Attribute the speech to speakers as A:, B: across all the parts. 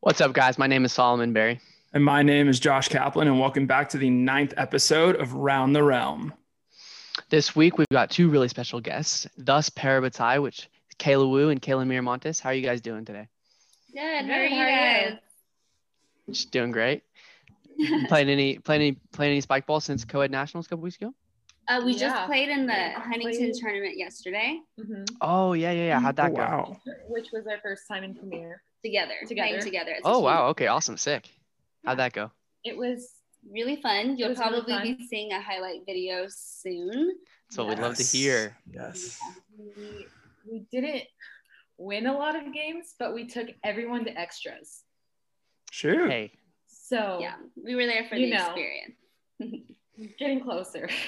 A: What's up, guys? My name is Solomon Berry.
B: And my name is Josh Kaplan, and welcome back to the ninth episode of Round the Realm.
A: This week, we've got two really special guests, Thus Parabatai, which is Kayla Wu and Kayla Miramontes. How are you guys doing today?
C: Good. How are you guys?
A: Just doing great. playing any playing any playing any spike ball since co-ed nationals a couple weeks ago?
C: Uh, we just
D: Yeah.
C: played in the
D: Yeah,
C: Huntington
D: played.
C: tournament yesterday
A: Oh yeah, yeah, yeah. How'd that
B: Oh,
A: go?
B: wow.
D: Which was our first time in Premiere.
C: together, playing
D: Together.
C: together. It's
A: Oh
C: actually
A: wow. Okay, awesome, sick. How'd that go?
D: It was
C: Really fun. You'll
D: was really
C: probably
D: fun.
C: be seeing a highlight video soon.
A: That's what we'd love to
B: Yes.
A: hear.
B: Yes.
D: we we didn't win a lot of games, but we took everyone to extras.
B: Shoot.
A: Hey,
D: So
C: Yeah, we were there for
D: Oh. You
C: the
D: know.
C: experience.
D: getting closer.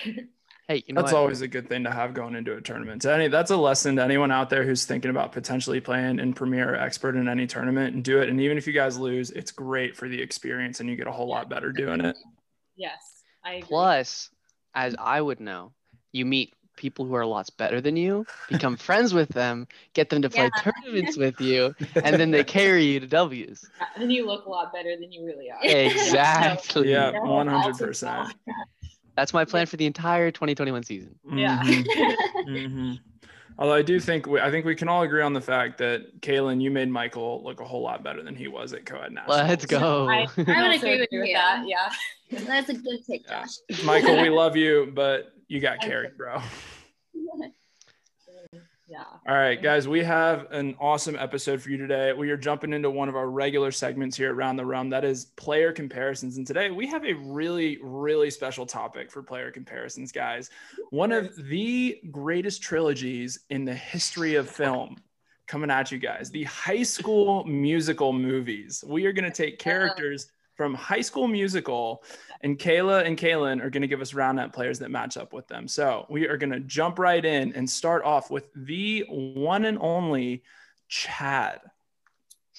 A: hey, you know
B: That's
A: what?
B: always a good thing to have going into a tournament. To Any, that's a lesson to anyone out there who's thinking about potentially playing in Premier or Expert in any tournament and do it. And even if you guys lose, it's great for the experience and you get a whole lot better doing it.
D: yes. I agree.
A: Plus, as I would know, you meet people who are lots better than you, become friends with them, get them to play tournaments with you, and then they carry you to W's.
D: Yeah, then you look a lot better than you really are.
A: Exactly.
B: Yeah,
D: Yeah.
B: 100%.
A: That's my plan for the entire 2021 season.
D: Yeah.
B: Mhm. hmm Although I do think we, I think we can all agree on the fact that Kalen, you made Michael look a whole lot better than he was at co-ed nationals.
A: Let's go.
D: I-
C: I would
D: also
C: agree with you.
D: that. Yeah.
C: That's a good take,
B: Yeah.
C: Josh.
B: Michael, we love you, but you got carried, bro.
D: Yeah.
B: All right, guys, we have an awesome episode for you today. We are jumping into one of our regular segments here at Round the Realm that is player comparisons. And today we have a really, really special topic for player comparisons, guys. One of the greatest trilogies in the history of film coming at you guys the high school musical movies. We are going to take characters from high school musical and Kayla and Kaylin are going to give us round net players that match up with them. So we are going to jump right in and start off with the one and only Chad.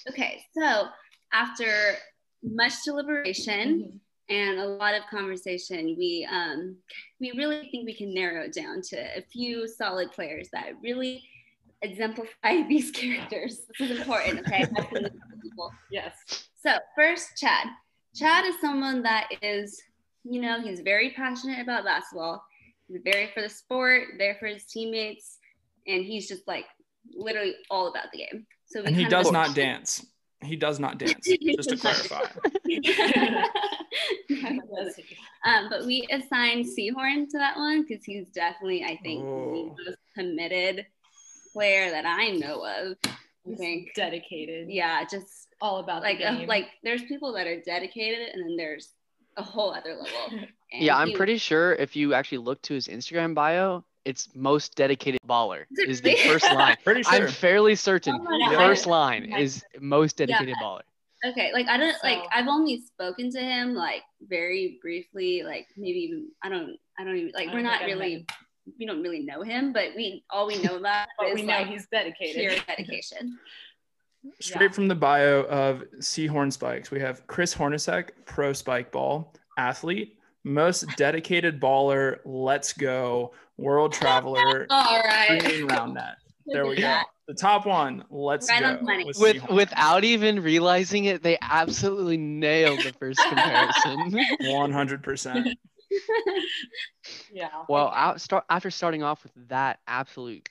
C: Okay, so after much deliberation,
D: Mhm.
C: and a lot of conversation we um, we really think we can narrow it down to a few solid players that really exemplify these characters this is important okay I think this is people.
D: Yes.
C: so first chad chad is someone that is you know he's very passionate about basketball he's very for the sport there for his teammates and he's just like literally all about the game so we
B: And he
C: kind of-
B: does not dance. He does not dance, just to clarify.
C: No, he doesn't. Um, but we assigned Seahorn to that one because he's definitely, I think,
B: Oh.
C: the most committed player that I know of. I
D: He's
C: think,
D: dedicated.
C: yeah, just
D: All about
C: like
D: the
C: uh,
D: game.
C: like there's people that are dedicated, and then there's a whole other level. And
A: Yeah, I'm
C: he-
A: pretty sure if you actually look to his Instagram bio, it's most dedicated baller
C: Is it
A: is the
C: really?
A: first line.
B: Pretty sure.
A: I'm fairly certain
D: Oh my
C: God.
A: first line
D: Yeah.
A: is most dedicated baller.
C: Okay, like I don't like
D: So-
C: I've only spoken to him like very briefly, like maybe even I don't I don't even like
D: I
C: we're
D: don't
C: not
D: think I've
C: really we don't really know him, but we all we know about
D: but
C: is
D: we know
C: like
D: he's
C: pure
D: dedicated.
C: dedication.
B: Straight from the bio of Seahorn Spikes, we have Chris Hornacek, pro spike ball athlete, most dedicated baller, let's go, world traveler,
C: All right.
B: green round net. There we
C: Look
B: go.
C: at that.
B: The top one, let's
C: Right on
B: go.
C: the money.
A: With
B: Seahorn.
A: without even realizing it, they absolutely nailed the first comparison.
B: 100%.
D: Yeah.
A: well, out, start, after starting off with that absolute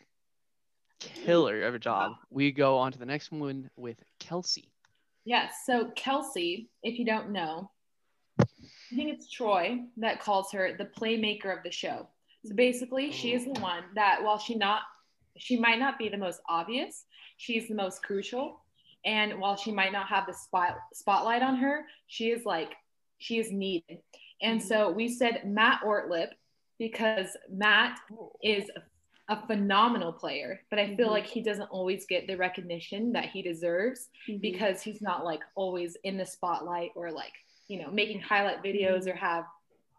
A: killer of a job, we go on to the next one with Kelsey.
D: Yes. So Kelsey, if you don't know, I think it's Troy that calls her the playmaker of the show. So basically, she is the one that while she not she might not be the most obvious, she's the most crucial. And while she might not have the spot spotlight on her, she is like she is needed. And so we said Matt Ortlip because Matt is a phenomenal player, but I feel
C: Mhm.
D: like he doesn't always get the recognition that he deserves
C: Mm-hmm.
D: because he's not like always in the spotlight or like you know making highlight videos or have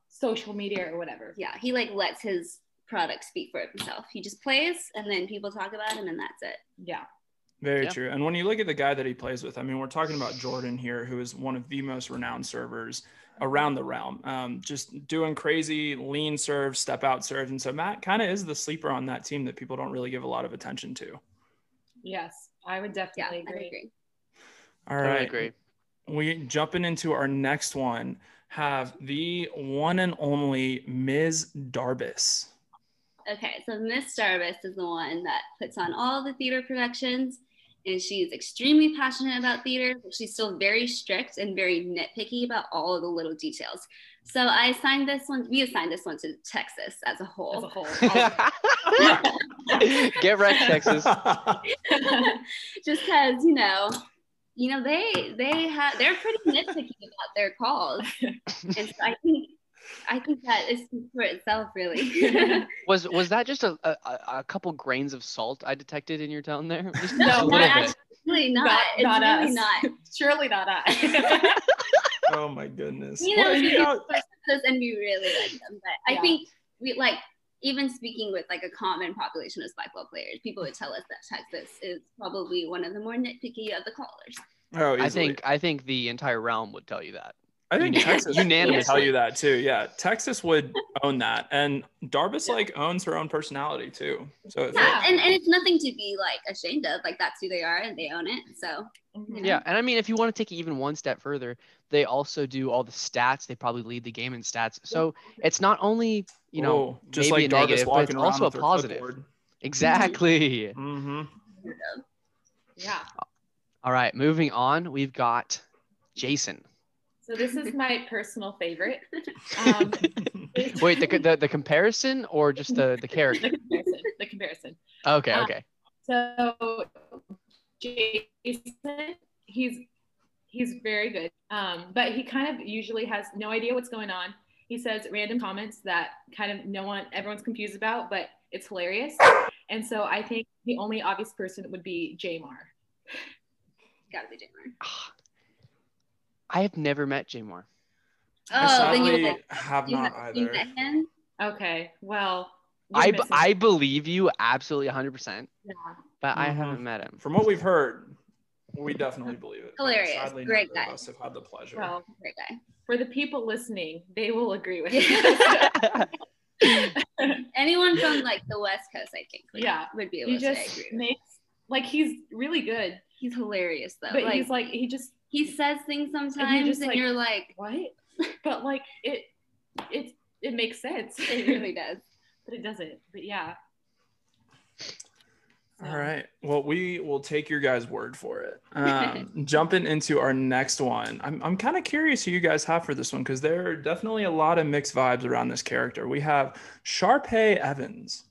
D: social media or whatever
C: yeah, he like lets his product speak for himself. He just plays and then people talk about him and that's it.
D: yeah
B: Very
A: Yeah.
B: true. And when you look at the guy that he plays with, I mean, we're talking about Jordan here, who is one of the most renowned servers around the realm, um, just doing crazy lean serves, step out serves. And so Matt kind of is the sleeper on that team that people don't really give a lot of attention to.
D: Yes, I would
C: Yeah, I
D: definitely agree.
C: agree.
B: All
A: I
B: right.
A: agree.
B: We jumping into our next one, have the one and only Ms. Darbus.
C: Okay, so Miss Jarvis is the one that puts on all the theater productions, and she's extremely passionate about theater, but she's still very strict and very nitpicky about all of the little details. So I assigned this one, we assigned this one to Texas as a
D: As a
C: whole.
D: whole. Um,
A: Get wrecked, Texas.
C: Just because, you know, you know, they they have they're pretty nitpicky about their calls. And so I think I think that is for itself really.
A: Was was that just a, a, a- a couple grains of salt I detected in your tone there? Just, just
D: No,
A: a
D: not
A: little
C: actually.
A: bit.
C: really not.
D: Not-
C: it's
D: not
C: really
D: us.
C: not.
D: Surely not I.
B: oh my goodness.
C: You know,
B: Well,
C: you
B: know,
C: those and we really like them. But I
D: Yeah.
C: think we like even speaking with like a common population of spikeball players, people would tell us that Texas is probably one of the more nitpicky of the callers.
B: oh,
A: I
B: easily.
A: think I think the entire realm would tell you that.
B: I think
A: Unan-
B: Texas would
A: unanimously.
B: tell you that too. Yeah, Texas would own that, and Darbus like owns her own personality too. So it's
C: Yeah,
B: like,
D: Yeah.
C: and, and it's nothing to be like ashamed of. Like that's who they are and they own it. So
D: Mhm.
A: Yeah, and I mean, if you want to take it even one step further, they also do all the stats. They probably lead the game in stats. So it's not only you know
B: whoa, oh, just
A: maybe
B: like
A: a
B: Darbus
A: negative, but
B: walking
A: it's
B: around
A: also a
B: with her
A: positive.
B: clipboard.
A: exactly.
C: Oh,
B: Mhm.
D: Yeah.
A: All right, moving on. We've got Jason.
D: So this is my personal favorite. Um,
A: Wait, the the, the comparison or just the the character?
D: the comparison. The comparison.
A: Okay, okay.
D: So Jason, he's he's very good, um, but he kind of usually has no idea what's going on. He says random comments that kind of no one, everyone's confused about, but it's hilarious. And so I think the only obvious person would be Jamar.
C: gotta be Jamar.
A: Ah, I have never met Jamar.
B: I
C: Oh, then
B: sadly
C: you would
B: have
C: you
B: not
C: have you
B: either.
C: met him?
D: Okay, well, you're
A: I, b-
D: missing-
A: I believe you absolutely 100%,
D: yeah.
A: but I
B: Mhm.
A: haven't met him.
B: From what we've heard, we definitely believe it. but
C: Hilarious.
B: Sadly,
C: Great
B: neither
C: guy.
B: of us have had the pleasure.
D: Well,
C: Great guy.
D: for the people listening, they will agree with
C: Yeah.
D: you.
C: Anyone from like the West Coast, I think, would,
D: Yeah.
C: would be able
D: he
C: to say I
D: just
C: agree with.
D: makes like he's really good,
C: He's hilarious though.
D: but
C: like,
D: he's like he just
C: he says things sometimes, and,
D: just, like-
C: you're like,
D: what? But like it, it it makes sense.
C: it really does.
D: but it doesn't. But yeah.
B: All right. Well, we will take your guys' word for it. Um, jumping into our next one, I'm, I'm kind of curious who you guys have for this one because there are definitely a lot of mixed vibes around this character. We have Sharpay Evans.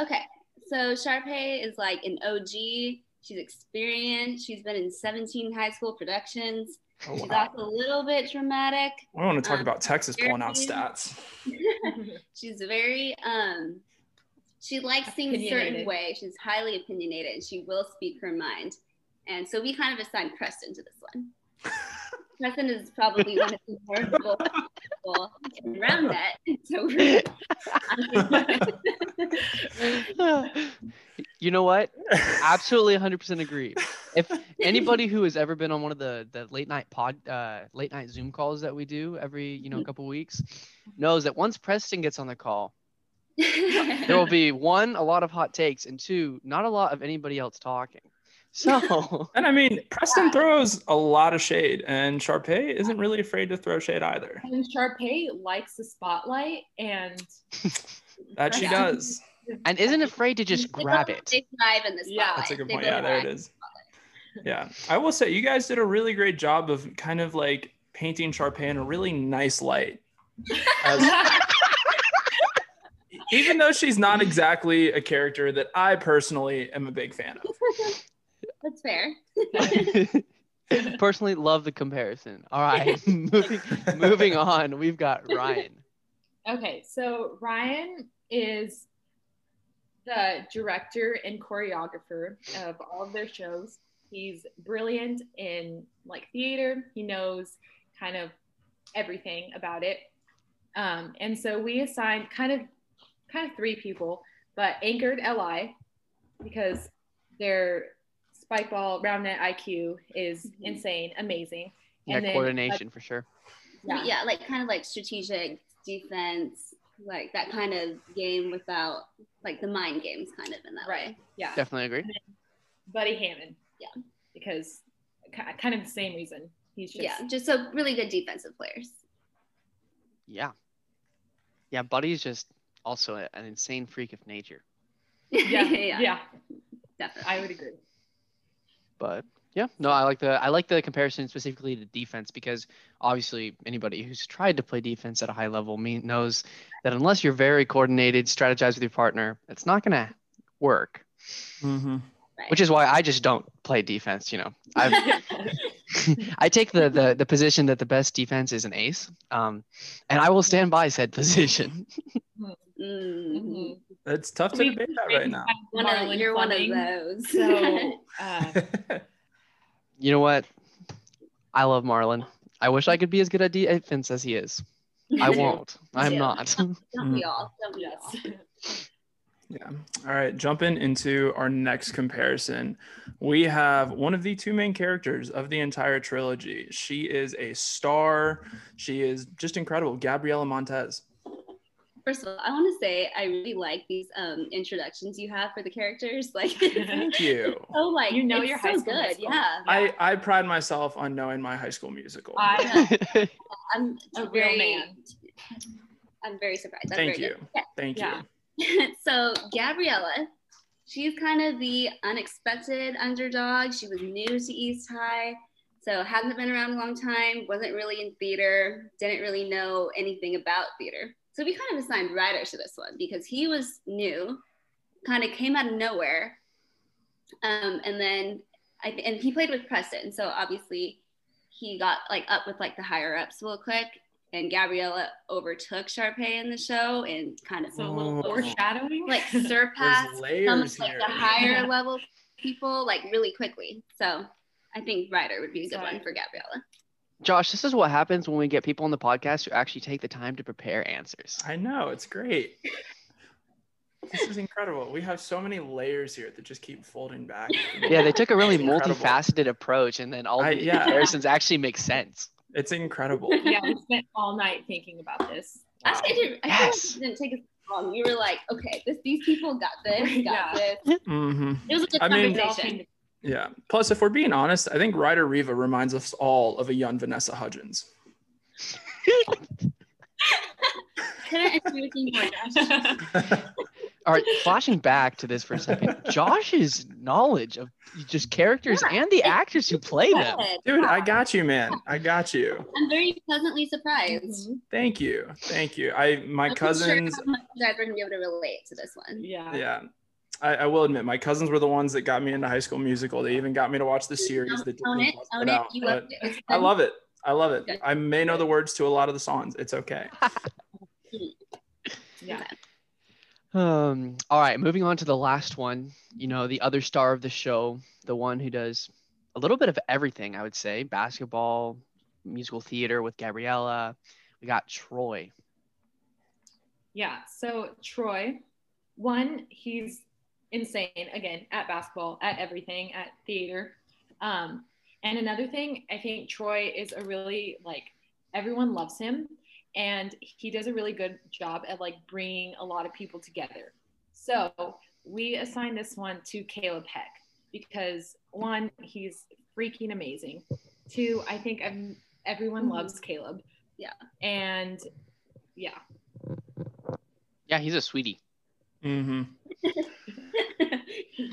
C: Okay, so Sharpay is like an OG. She's experienced. She's been in 17 high school productions.
B: Oh,
C: She's
B: wow.
C: also a little bit dramatic.
B: I want to talk
C: um,
B: about Texas pulling out stats.
C: She's very um, she likes things a certain
D: Opinionated.
C: way. She's highly opinionated, and she will speak her mind. And so we kind of assigned Preston to this one. Preston is probably one of the more vocal people around that. So we're,
A: you know what? Absolutely 100% agree. If anybody who has ever been on one of the, the late night pod, uh, late night Zoom calls that we do every, you
D: Mm-hmm.
A: know, couple weeks knows that once Preston gets on the call, there will be one, a lot of hot takes, and two, not a lot of anybody else talking. So
B: And I mean, Preston throws a lot of shade, and Sharpay isn't really afraid to throw shade either.
D: And Sharpay likes the spotlight and
B: That she
C: Yeah.
B: does.
A: and isn't afraid to just grab it.
C: They thrive in the spotlight.
D: Yeah,
B: That's a good
C: They
B: point.
C: both
B: Yeah, there
C: thrive.
B: it is. Yeah, I will say you guys did a really great job of kind of like painting Sharpay in a really nice light. As- even though she's not exactly a character that I personally am a big fan of.
C: That's fair.
A: Personally, love the comparison. All right, moving moving on. We've got Ryan.
D: Okay, so Ryan is the director and choreographer of all of their shows. He's brilliant in like theater. He knows kind of everything about it. Um, and so we assigned kind of kind of three people, but anchored Li because their spike ball round net IQ is
C: Mhm.
D: insane, amazing.
A: Yeah,
D: And then-
A: coordination for sure.
C: yeah, like kind of like strategic defense, like that kind of game without like the mind games kind of in that
D: Right.
C: way.
D: Yeah.
A: Definitely agree.
D: Buddy Hammond.
C: Yeah.
D: Because ki- kind of the same reason. He's just.
C: yeah, just so really good defensive players.
A: Yeah. Yeah, Buddy's just also a- an insane freak of nature.
D: Yeah.
C: yeah,
D: yeah.
C: definitely.
D: I would agree.
A: But yeah, no, I like the I like the comparison specifically to defense because obviously anybody who's tried to play defense at a high level mean, knows that unless you're very coordinated, strategize with your partner, it's not gonna work.
B: Mm-hmm.
C: Right.
A: Which is why I just don't play defense. You know, I've I take the, the the position that the best defense is an ace, um, and I will stand by said position.
C: Mhm.
D: Mhm.
B: It's tough to
D: We-
B: debate that right now.
C: One of,
D: Marlon
C: you're one of
D: Fleming.
C: those.
D: So, uh,
A: You know what? I love Marlin. I wish I could be as good at defense as he is. I
D: Me too.
A: won't. Mm-hmm. I'm
C: too.
A: not.
C: Don't we all? Don't we all?
D: yes.
B: Yeah. All right. Jumping into our next comparison, we have one of the two main characters of the entire trilogy. She is a star. She is just incredible. Gabriela Montez.
C: First of all, I want to say I really like these um, introductions you have for the characters. Like,
B: Thank you.
C: so like
D: You know
C: it's
D: your
C: so
D: high school
C: good.
D: musical.
C: Yeah,
B: I, I pride myself on knowing my high school musical.
D: I-
C: I'm
D: A real
C: very,
D: man.
C: I'm very surprised. That's
B: Thank
C: very
B: you. Thank
D: Yeah.
B: you.
C: good. so Gabriella, she's kind of the unexpected underdog. She was new to East High, so hasn't been around a long time. Wasn't really in theater. Didn't really know anything about theater. So we kind of assigned Ryder to this one because he was new, kind of came out of nowhere, um, and then I th- and he played with Preston. So obviously, he got like up with like the higher ups real quick. And Gabriella overtook Sharpay in the show and kind of
D: So a little
B: Oh.
D: foreshadowing.
C: like
B: There's
C: surpassed some
B: layers
C: of like
B: here.
C: the higher level people like really quickly. So I think Ryder would be a good
D: Sorry.
C: one for Gabriella.
A: Josh, this is what happens when we get people on the podcast who actually take the time to prepare answers.
B: I know. It's great. This is incredible. We have so many layers here that just keep folding back.
A: Yeah, they took a really
B: It's incredible.
A: multifaceted approach, and then all
B: I-
A: the
B: yeah.
A: comparisons actually make sense.
B: It's incredible.
D: yeah, we spent all night thinking about this.
C: Actually, I, did, I
A: Yes.
C: feel like it didn't take us long. You were like, okay, this, these people got this, got
D: Yeah.
C: this.
B: hmm
C: It was a good
B: I mean-
D: It all
C: conversation.
D: came to-
B: Yeah. Plus, if we're being honest, I think Ryder Riva reminds us all of a young Vanessa Hudgens.
C: Couldn't agree with you more, Josh.
A: All right, flashing back to this for a second, Josh's knowledge of just characters
C: Yeah,
A: and the
C: it's-
A: actors who play them.
C: Good.
B: Dude, I got you, man. I got you.
C: I'm very pleasantly surprised.
D: Mhm.
B: Thank you. Thank you. I Mm-hmm. my
C: I'm not sure
B: cousins
C: how much you guys are gonna be able to relate to this one.
D: Yeah.
B: yeah. I, I will admit my cousins were the ones that got me into high school musical. They even got me to watch the series that
C: Own
B: Disney
C: it,
B: Plus
C: own
B: put
C: it.
B: out,
C: You
B: but
C: loved it. It's
B: I
C: good.
B: love it. I love it.
C: Good.
B: I may know the words to a lot of the songs. It's okay.
D: Yeah.
A: Um, all right, moving on to the last one. You know, the other star of the show, the one who does a little bit of everything, I would say basketball, musical theater with Gabriella. We got Troy.
D: Yeah. So Troy, one, he's insane again at basketball, at everything, at theater. Um, and another thing, I think Troy is a really like everyone loves him, and he does a really good job at like bringing a lot of people together. So we assign this one to Caleb Heck because one, he's freaking amazing. Two, I think i everyone loves Caleb.
C: Yeah.
D: And yeah.
A: Yeah, he's a sweetie.
B: hmm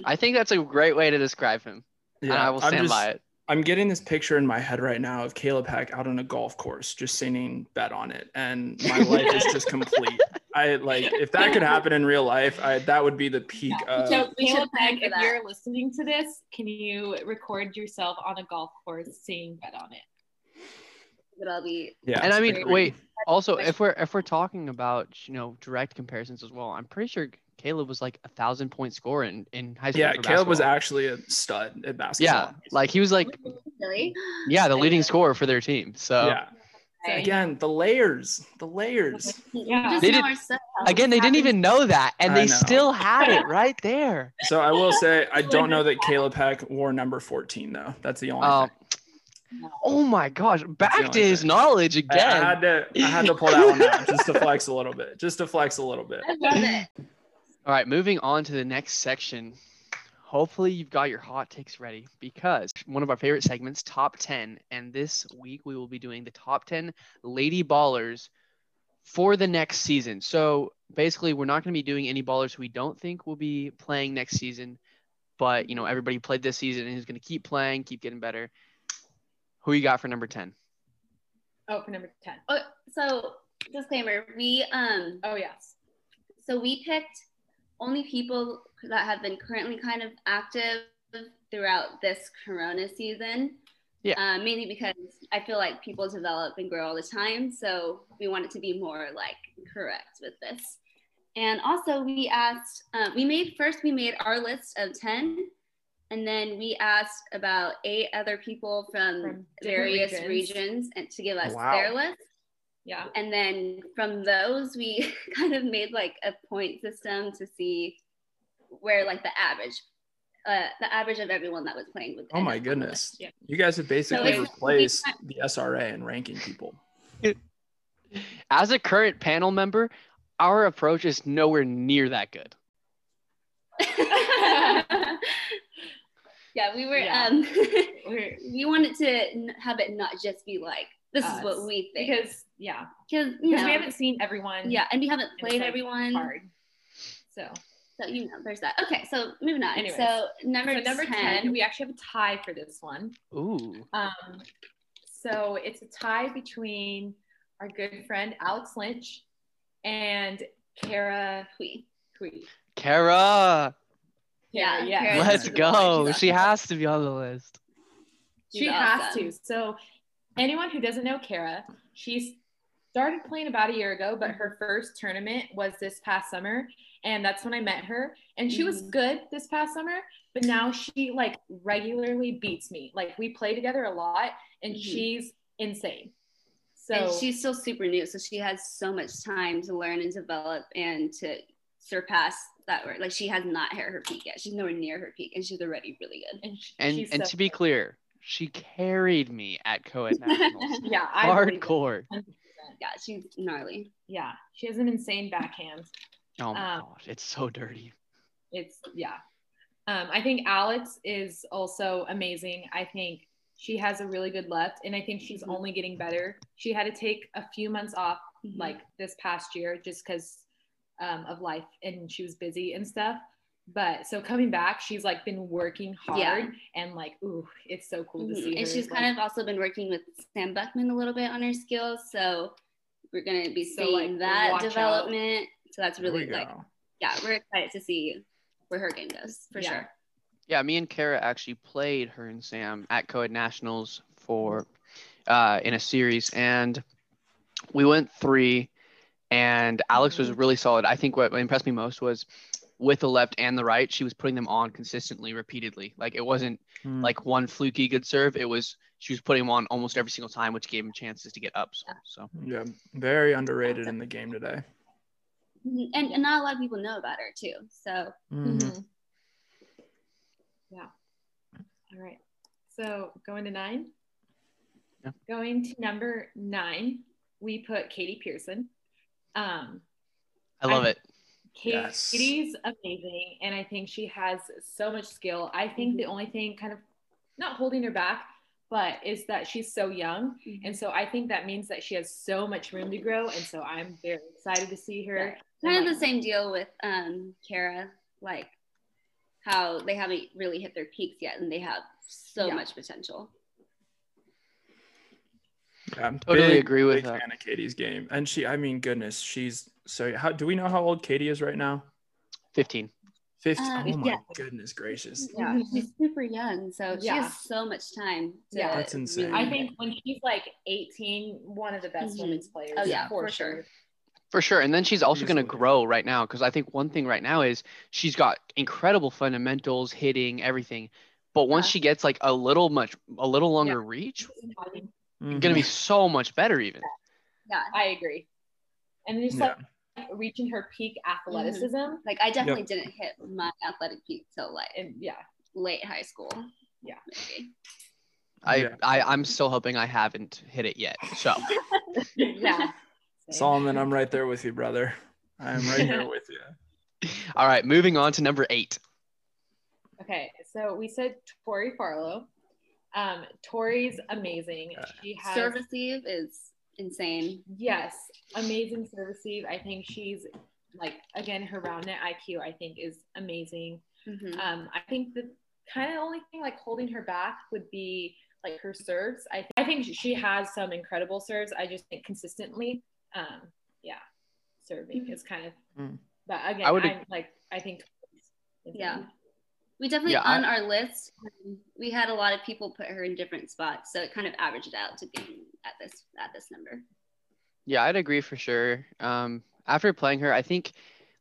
A: I think that's a great way to describe him,
B: Yeah.
A: and I will
B: I'm
A: stand
B: just-
A: by it.
B: I'm getting this picture in my head right now of Caleb Heck out on a golf course, just singing "Bet on It," and my life is just complete. I like if that could happen in real life, I, that would be the peak of.
D: So
C: we should
D: Caleb,
C: plan
D: Beck,
C: for
D: if
C: that.
D: you're listening to this, can you record yourself on a golf course singing "Bet on It"?
C: It'll be
B: Yeah,
A: And I mean,
B: great.
A: wait. Also,
C: question.
A: if we're if we're talking about you know direct comparisons as well, I'm pretty sure Caleb was like a thousand point scorer in in high school.
B: Yeah,
A: for
B: Caleb was
A: basketball.
B: actually a stud at
A: Yeah,
B: basketball.
A: like he was like
C: really
A: yeah the leading scorer for their team. So.
B: yeah.
D: Okay.
B: Again, the layers, the layers.
D: Yeah.
C: Just
A: They
C: know
A: did-
C: ourselves.
A: Again, they didn't even know that, and
B: Oh, I
A: they
B: know.
A: still had it right there.
B: So I will say, I don't know that Caleb Heck wore number 14 though. That's the only
A: Um, Oh my gosh! Back to
B: only
A: his
B: thing.
A: knowledge
B: I, I
A: again.
B: had to I had to pull that one out just to flex a little bit. Just to flex a little bit.
C: I love it.
A: All right, moving on to the next section. Hopefully, you've got your hot takes ready because one of our favorite segments, top 10. And this week, we will be doing the top 10 lady ballers for the next season. So basically, we're not going to be doing any ballers who we don't think will be playing next season. But, you know, everybody who played this season and who's going to keep playing, keep getting better. Who you got for number 10?
D: Oh, for number 10.
C: Oh, so disclaimer: we um,
D: Oh, yes.
C: so we picked only people that have been currently kind of active throughout this Corona season.
A: Yeah.
C: Uh, mainly because I feel like people develop and grow all the time, so we want it to be more like correct with this. And also, we asked, uh, we made first we made our list of ten, and then we asked about eight other people from,
D: From different
C: various
D: regions.
C: regions. and to give us
B: Wow.
C: their list.
D: Yeah.
C: And then from those, we kind of made like a point system to see where like the average, uh, the average of everyone that was playing would.
B: Oh
C: end
B: my
C: up on the
B: goodness.
D: Yeah.
B: You guys have basically
C: it's-
B: replaced the SRA in ranking people.
A: As a current panel member, our approach is nowhere near that good.
C: list. yeah, we were.
D: Yeah.
C: Um,
D: We're-
C: we wanted to n- have it not just be like this is
D: Us.
C: what we think
D: because, yeah.
C: because you
D: Because
C: know,
D: we haven't seen everyone.
C: yeah, and we haven't played
D: like
C: everyone,
D: Hard. So,
C: so you know, there's that. Okay, so moving on.
D: Anyways.
C: so number
D: so number 10.
C: 10
D: we actually have a tie for this one.
A: Ooh.
D: Um, so it's a tie between our good friend Alex Lynch and Kara
C: we-
D: Tweed.
A: Kara,
C: Yeah, Kara Very
A: let's
C: good.
A: go.
C: She's
A: She
C: awesome.
A: has to be on the list.
C: She's
D: she has
C: awesome.
D: to. So, anyone who doesn't know Kara, she started playing about a year ago, but her first tournament was this past summer, and that's when I met her. And she was
C: Mhm.
D: good this past summer, but now she like regularly beats me. Like we play together a lot, and
C: Mhm.
D: she's insane. So
C: and she's still super new, so she has so much time to learn and develop and to surpass that word. Like she has not hit her peak yet. She's nowhere near her peak, and she's already really good.
D: and, sh-
A: And
D: she's
A: and
D: so-
A: to be clear, she carried me at Coed Nationals.
D: yeah, I believe it.
A: Hardcore.
C: Yeah, she's gnarly.
D: Yeah, she has an insane backhand.
A: Oh my
D: Um,
A: gosh, it's so dirty.
D: It's yeah. Um, I think Alex is also amazing. I think she has a really good left, and I think she's
C: Mhm.
D: only getting better. She had to take a few months off, like this past year, just because um, of life, and she was busy and stuff. But so coming back, she's like been working hard,
C: Yeah.
D: and like, ooh, it's so cool to
C: Mhm.
D: see.
C: and
D: her,
C: she's
D: like,
C: kind of also been working with Sam Buckman a little bit on her skills, so we're gonna be
D: So,
C: seeing
D: like,
C: that
D: watch out.
C: development. So that's
B: There we
C: really
B: go.
C: like yeah, we're excited to see where her game goes for
D: Yeah.
C: sure.
A: Yeah, me and Kara actually played her and Sam at Coed Nationals for uh, in a series, and we went three. And Alex was
D: Mhm.
A: really solid. I think what impressed me most was with the left and the right, she was putting them on consistently, repeatedly. Like it wasn't
B: Hmm.
A: like one fluky good serve. It was she was putting him on almost every single time, which gave him chances to get up. So, so.
B: yeah, very underrated in the game today.
C: Mhm. And, and not a lot of people know about her too. So
B: Mhm.
D: Mhm. Yeah. All right. So going to nine.
A: Yeah.
D: Going to number nine, we put Katie Pearson. Um,
A: I love
D: I-
A: it.
D: Katie,
B: Yes.
D: Katie's amazing, and I think she has so much skill. I think the only thing kind of not holding her back, but is that she's so young. And so I think that means that she has so much room to grow. And so I'm very excited to see her.
C: kind of
D: Like-
C: the same deal with um Kara, like how they haven't really hit their peaks yet and they have so
D: Yeah.
C: much potential.
B: Yeah,
A: Totally agree with uh,
B: big
A: that.
B: fan of Katie's game, and she. I mean, goodness, she's so. How do we know how old Katie is right now?
A: Fifteen.
B: Fifty.
C: Uh,
B: oh my
C: yeah.
B: goodness gracious.
D: Yeah.
C: Mm-hmm. She's super young, so she
D: Yeah.
C: has so much time. To
D: Yeah.
B: That's insane.
D: I think when she's like 18, one of the best
C: Mhm.
D: women's players.
C: Oh, yeah, for sure.
A: For sure. And then she's also going to
B: Easily.
A: grow right now because I think one thing right now is she's got incredible fundamentals, hitting, everything. But once
D: Yeah.
A: she gets like a little much, a little longer reach, going
B: Mm-hmm.
A: to be so much better even.
C: yeah,
D: I agree. And just
B: Yeah.
D: like reaching her peak athleticism.
C: like I definitely didn't hit my athletic peak till like
D: And yeah,
C: late high school.
D: Yeah.
C: maybe.
A: I,
B: Yeah.
A: I I'm still hoping I haven't hit it yet. So
D: Yeah.
B: Solomon, I'm right there with you, brother. I'm right there with you.
A: all right, moving on to number eight.
D: Okay, so we said Tori Farlow. Um, Tori's amazing. She has
C: Service Eve is insane.
D: yes, amazing service Eve. I think she's like again her round net IQ. I think is amazing.
C: Mhm.
D: Um, I think the kind of only thing like holding her back would be like her serves. I I think she has some incredible serves. I just think consistently, um, yeah, serving is kind of.
B: Mm.
D: But again,
A: I would-
D: I'm like I think.
C: Yeah. We definitely
A: Yeah, I-
C: on our list. um, We had a lot of people put her in different spots, so it kind of averaged out to being at this at this number.
A: Yeah, I'd agree for sure. Um, after playing her, I think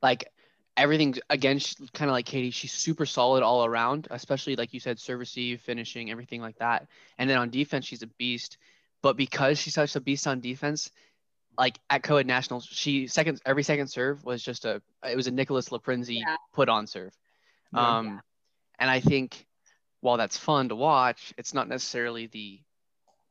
A: like everything's again, kind of like Katie, she's super solid all around, especially like you said, serve receive, finishing, everything like that. And then on defense, she's a beast. But because she's such a beast on defense, like at co-ed nationals, she second every second serve was just a it was a Nicholas Laprinzi
C: Yeah.
A: put on serve.
B: Yeah.
A: Um, and I think while that's fun to watch, it's not necessarily the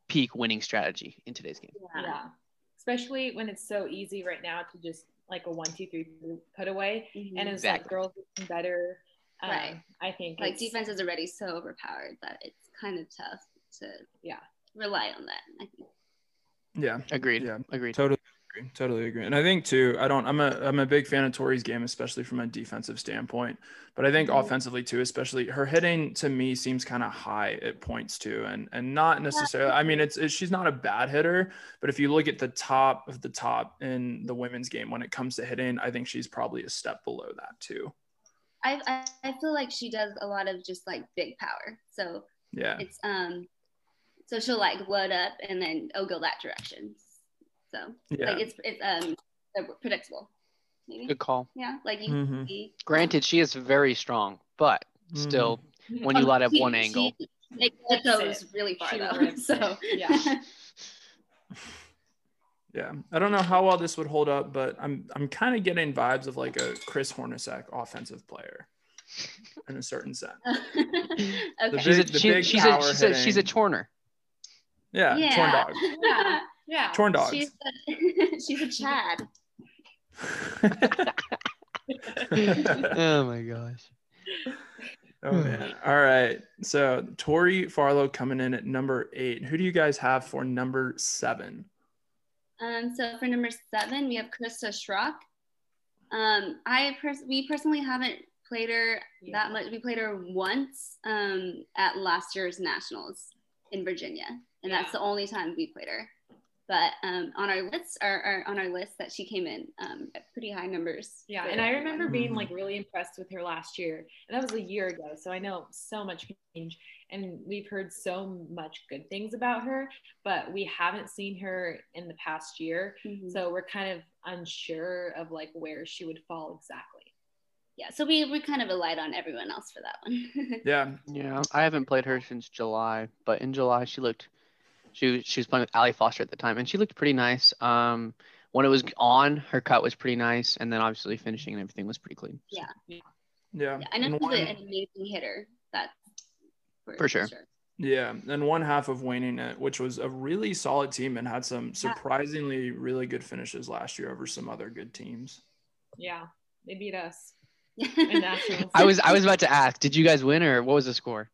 A: peak winning strategy in today's game.
C: Um,
D: Yeah. Especially when it's so easy right now to just like a one, two, three put away.
C: Mhm.
D: And it's
A: Exactly.
D: like girls getting better. Um,
C: Right.
D: I think
C: like
D: it's-
C: defense is already so overpowered that it's kind of tough to
D: Yeah.
C: rely on that. I think.
B: Yeah.
A: Agreed.
B: Yeah.
A: Agreed.
B: Totally agree. Totally agree. And I think too, I don't I'm a I'm a big fan of Tori's game, especially from a defensive standpoint. But I think
C: Mhm.
B: offensively too, especially her hitting to me seems kind of high at points too. And and not necessarily I mean it's, it's she's not a bad hitter, but if you look at the top of the top in the women's game when it comes to hitting, I think she's probably a step below that too.
C: I, I I feel like she does a lot of just like big power. So
A: Uh-huh.
B: Yeah.
C: it's um so she'll like load up and then oh go that direction. So
B: Yeah.
C: like it's it's um predictable. Maybe.
A: Good Mm-hmm. call.
C: Yeah. Like you
B: Mhm.
C: can see
A: Granted, she is very strong, but still, when you
C: Oh,
A: let up
C: she-
A: one
C: she-
A: angle,
C: Like it goes really far
D: She
C: though.
D: rips
C: So
D: it. Yeah.
B: Yeah, I don't know how well this would hold up, but I'm I'm kind of getting vibes of like a Chris Hornacek offensive player, in a certain sense.
C: okay.
A: she's
B: big-
A: a,
B: the
A: she-
B: big
A: she's, a,
B: power
A: she's, a, she's a
B: hitting.
A: chorner.
B: Yeah, torn dog,
D: Yeah. Yeah.
B: torn dogs.
C: She's a, she's a Chad.
A: Oh my gosh.
B: oh man! All right, so Tori Farlow coming in at number eight. Who do you guys have for number seven?
C: Um, so for number seven, we have Krista Schrock. Um, I pers- we personally haven't played her
D: Yeah.
C: that much. We played her once um, at last year's nationals in Virginia, and that's the only time we played her. But um, on our list, or, or on our list, that she came in um, at pretty high numbers.
D: Yeah,
C: for
D: and I
C: everyone.
D: remember
A: Mm-hmm.
D: being
B: Mhm.
D: like really impressed with her last year, and that was a year ago. So I know so much can change, and we've heard so much good things about her, but we haven't seen her in the past year.
C: Mhm.
D: So we're kind of unsure of like where she would fall exactly.
C: yeah, so we we kind of relied on everyone else for that one.
B: Yeah,
A: Yeah, I haven't played her since July, but in July she looked, she was- she was playing with Allie Foster at the time, and she looked pretty nice. Um, when it was on, her cut was pretty nice, and then obviously finishing and everything was pretty clean. So-
C: Yeah.
B: yeah.
C: yeah, I know
B: And
C: she's
B: one-
C: an amazing hitter. That's
A: For sure.
B: Yeah, and one half of waning it, which was a really solid team and had some surprisingly really good finishes last year over some other good teams.
D: Yeah, they beat us in
C: sure.
D: nationals.
A: I was I was about to ask, did you guys win or what was the score?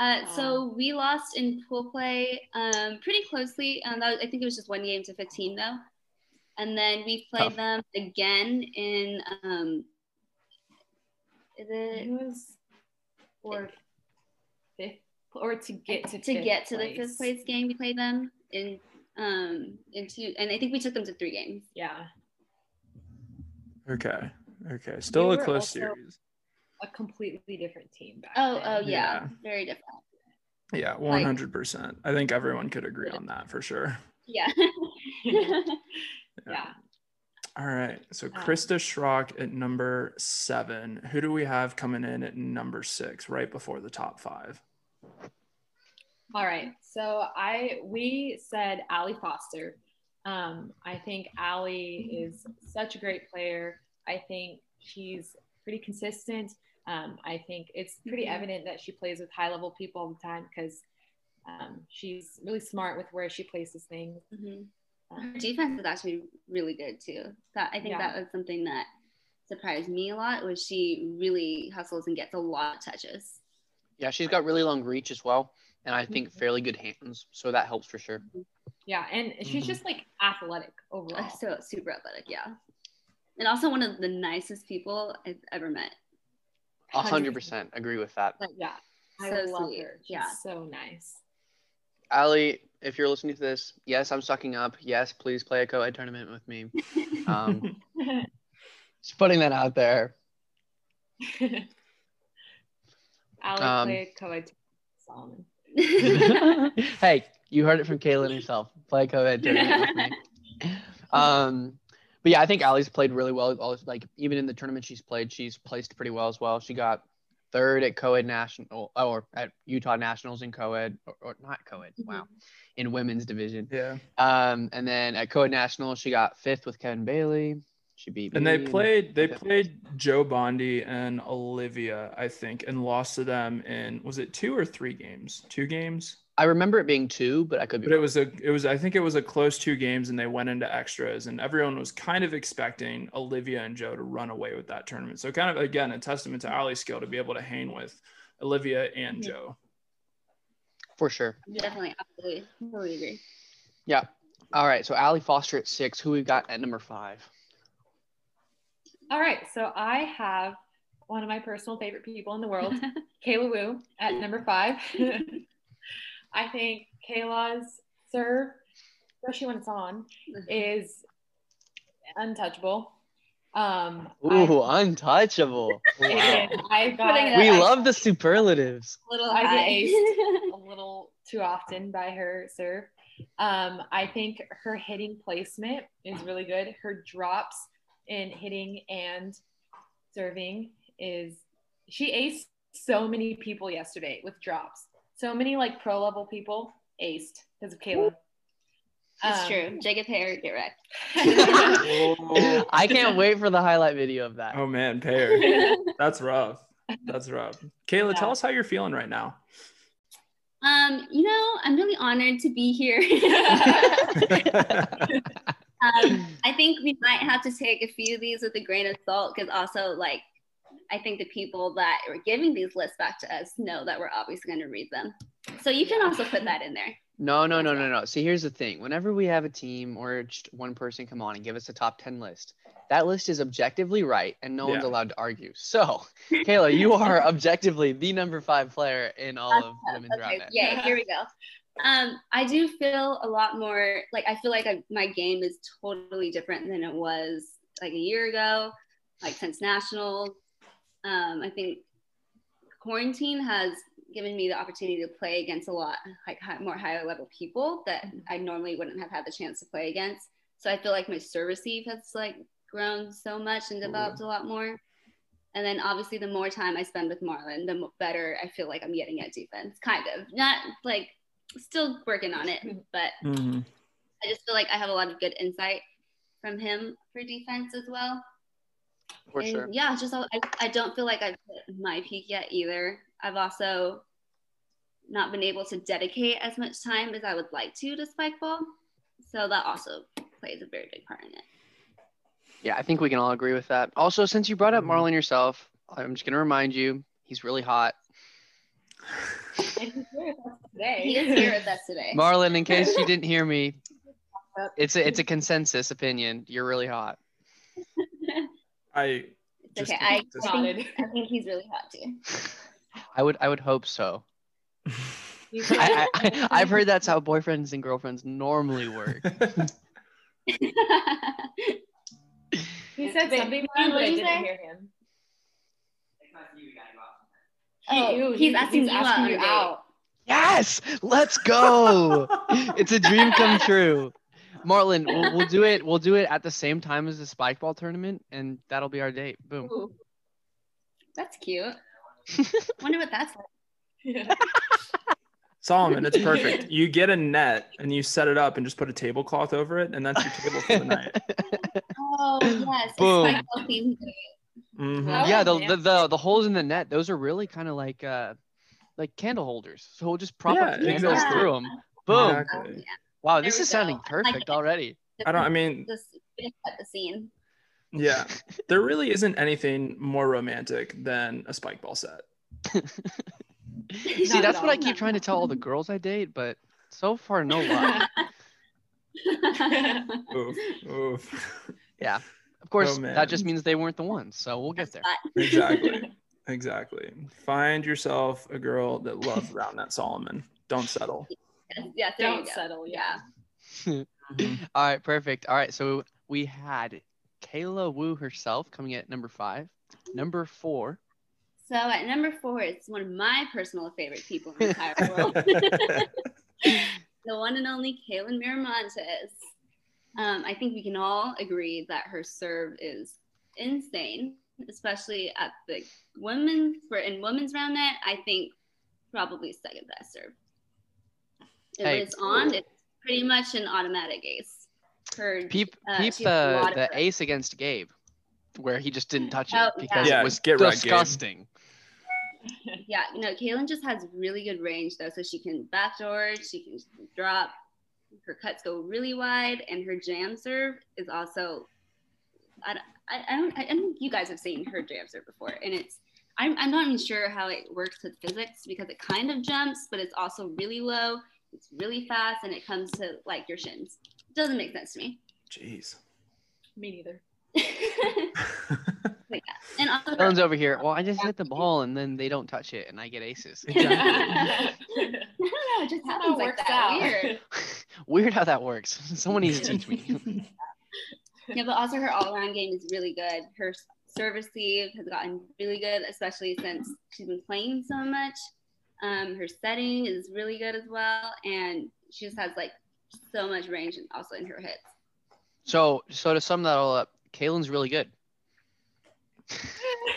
C: Uh,
D: Um,
C: so we lost in pool play um, pretty closely. Um, that was- I think it was just one game to 15 though. And then we played
A: Tough.
C: them again in um, is
D: It
C: it,
D: was or fifth or to get to
C: to
D: fifth
C: get to the fifth place game. We played them in um, in two, and I think we took them to three games.
D: Yeah,
B: Okay. Okay. Still a
D: were
B: close
D: also-
B: series.
D: a completely different team back.
C: Oh,
D: then.
C: oh yeah,
B: Yeah.
C: very different.
B: Yeah,
C: Like-
B: 100%. I think everyone could agree on that for sure.
C: Yeah, oh,
D: yeah.
B: All right. So
D: Um,
B: Krista Schrock at number seven. Who do we have coming in at number six, right before the top five?
D: All right. So I we said Allie Foster. Um, I think Allie is such a great player. I think she's pretty consistent. Um, I think it's pretty
C: Mhm.
D: evident that she plays with high level people all the time because Um, she's really smart with where she places things.
C: Mhm.
D: Um,
C: Her defense is actually really good too. That I think
D: Yeah.
C: that was something that surprised me a lot was she really hustles and gets a lot of touches.
A: Yeah, she's got really long reach as well, and I think fairly good hands, so that helps for sure.
D: yeah, and she's
A: Mhm.
D: just like athletic overall.
C: So super athletic, yeah. And also one of the nicest people I've ever met.
A: A hundred percent agree with that.
D: Like, yeah, I
C: So
D: love
C: sweet.
D: her. She's
C: Yeah.
D: so nice.
A: Ali, if you're listening to this, yes, I'm sucking up. Yes, please play a co-ed tournament with me. Um, just putting that out there.
D: Alex
A: Um,
D: played co-ed t- Solomon.
A: hey, you heard it from Kaylin herself. Play a co-ed tournament with me. Um, but yeah, I think Ali's played really well. All like even in the tournament she's played, she's placed pretty well as well. She got third at co-ed national or at Utah Nationals in co-ed or, or not co-ed. Wow, in women's division.
B: Yeah.
A: Um, and then at Code National, she got fifth with Kevin Bailey. She beat
B: And they
A: me.
B: played they
A: Mm. Okay.
B: played Joe Bondi and Olivia, I think, and lost to them in was it two or three games? Two games?
A: I remember it being two, but I could be.
B: But it was a it was I think it was a close two games and they went into extras and everyone was kind of expecting Olivia and Joe to run away with that tournament. So kind of again a testament to Ali's skill to be able to hang with Olivia and
D: Yeah.
B: Joe.
A: for sure.
C: Definitely, absolutely, totally agree.
A: Yeah. All right. So Allie Foster at six. Who we got at number five?
D: All right, so I have one of my personal favorite people in the world, Kayla Wu, at number five. I think Kayla's serve, especially when it's on, is untouchable. Um,
A: Ooh, untouchable.
D: I,
A: Wow.
D: I got
C: Putting
D: it
C: that
A: we
C: I-
A: love the superlatives.
C: Little
D: I get
C: eye.
D: a little too often by her serve. Um, I think her hitting placement is really good. Her drops in hitting and serving is she aced so many people yesterday with drops. So many like pro level people aced because of Kayla.
C: It's
D: Um,
C: true. Jacob Hair, get wrecked.
B: oh
A: I can't wait for the highlight video of that.
B: man, pair.
D: Um,
B: That's rough. That's rough. Kayla,
D: Yeah.
B: tell us how you're feeling right now.
C: Um, you know, I'm really honored to be here. um, I think we might have to take a few of these with a grain of salt because also, like, I think the people that are giving these lists back to us know that we're obviously going to read them. So you can also put that in there.
A: No, no, no, no, no. See, here's the thing. Whenever we have a team or just one person come on and give us a top 10 list, that list is objectively right and no one's
B: Yeah.
A: allowed to argue. So, Kayla, you are objectively the number five player in all of women's
C: Okay,
A: roundnet.
C: yeah, here we go. Um, I do feel a lot more like I feel like I, my game is totally different than it was like a year ago, like since nationals. Um, I think quarantine has given me the opportunity to play against a lot like high, more higher level people that I normally wouldn't have had the chance to play against. So I feel like my serve receive has like grown so much and developed a lot more. And then obviously, the more time I spend with Marlon, the mo- better I feel like I'm getting at defense. Kind of not like still working on it, but I just feel like I have a lot of good insight from him for defense as well.
A: For
C: and
A: sure.
C: yeah, just all- I, I don't feel like I've hit my peak yet either. I've also not been able to dedicate as much time as I would like to to spike ball, so that also plays a very big part in it.
A: Yeah, I think we can all agree with that. Also, since you brought up
B: Mhm.
C: Mm-hmm.
A: Marlon yourself, I'm just going to remind you he's really hot.
D: And he's here with us
C: He is here
D: today.
C: with us today.
A: Marlon, in case you didn't hear me, it's a, it's a consensus opinion. You're really hot.
B: I
C: It's
B: just-
C: okay, I,
B: just-
C: I, think, I think he's really hot too.
A: I would I would hope so.
D: He's
A: I, I, I, I've heard that's how boyfriends and girlfriends normally work.
D: He said
C: Wait,
D: something,
C: Ryan,
D: but
C: what'd
D: I
C: you
D: didn't
C: say?
D: hear him.
C: Oh,
D: Ew,
C: he's
D: he-
C: asking you out on a date.
A: Yes, let's go. it's a dream come true. Marlon, we'll, we'll do it. We'll do it at the same time as the spike ball tournament, and that'll be our date. Boom.
C: Ooh. That's cute. Wonder what that's like.
B: Solomon, it's perfect. You get a net and you set it up and just put a tablecloth over it, and that's your table for the night.
C: Oh yes,
A: Boom.
C: it's my theme.
B: Mhm.
D: Wow.
A: yeah,
D: Oh,
A: the,
D: man.
A: the the the holes in the net. Those are really kind of like uh, like candle holders. So we'll just prop
B: Yeah,
A: up the candles
B: exactly.
A: through them. Boom.
B: Exactly.
C: Yeah.
A: Wow,
C: There
A: this
C: we
A: is sounding
C: go. I like
A: perfect
C: it.
A: already.
B: I don't. I mean,
C: Just finish cut the scene.
B: yeah. There really isn't anything more romantic than a spike ball set.
A: See,
D: at
A: that's what I
D: all.
A: keep trying to tell all the girls I date, but so far no luck.
B: Oof. Oof.
A: yeah. Of course,
B: Oh, man.
A: that just means they weren't the ones. So we'll get there.
B: exactly. Exactly. Find yourself a girl that loves round nut Solomon. Don't settle.
C: yeah, there you
D: Don't
C: go.
D: settle.
C: Yeah.
D: Yeah.
A: All right, perfect. All right, so we had Kayla Wu herself coming at number five. Number four,
C: So at number four, it's one of my personal favorite people in the entire world. the one and only Kaylin Miramontes. Um, I think we can all agree that her serve is insane, especially at the women for in women's round net. I think probably second best serve. If
A: Hey.
C: it's on, it's pretty much an automatic ace. Her
A: peep,
C: Uh,
A: peep
C: she has a
A: the,
C: lot
A: the
C: of-
A: ace against Gabe, where he just didn't touch it
C: Oh,
A: because
B: yeah. Yeah,
A: it was
B: get right, Gabe.
A: disgusting.
C: Yeah, you know, Kaylin just has really good range though, so she can backdoor, she can drop, her cuts go really wide, and her jam serve is also. I, don't- I, I don't I don't think you guys have seen her jam serve before, and it's I'm I'm not even sure how it works with physics because it kind of jumps, but it's also really low, it's really fast, and it comes to like your shins. Doesn't make sense to me.
B: Jeez.
D: Me neither.
C: and also, her-
A: Dylan's over here. Well, I just hit the ball and then they don't touch it and I get aces.
C: I don't know, it just
D: That's how
C: happens like
D: it works
C: that.
D: out.
C: Weird.
A: Weird how that works. Someone needs to teach me.
C: Yeah, but also her all around game is really good. Her s- serve receive has gotten really good, especially since she's been playing so much. Um, her setting is really good as well, and she just has like so much range and also in her hits.
A: So, so to sum that all up, Kaylin's really good.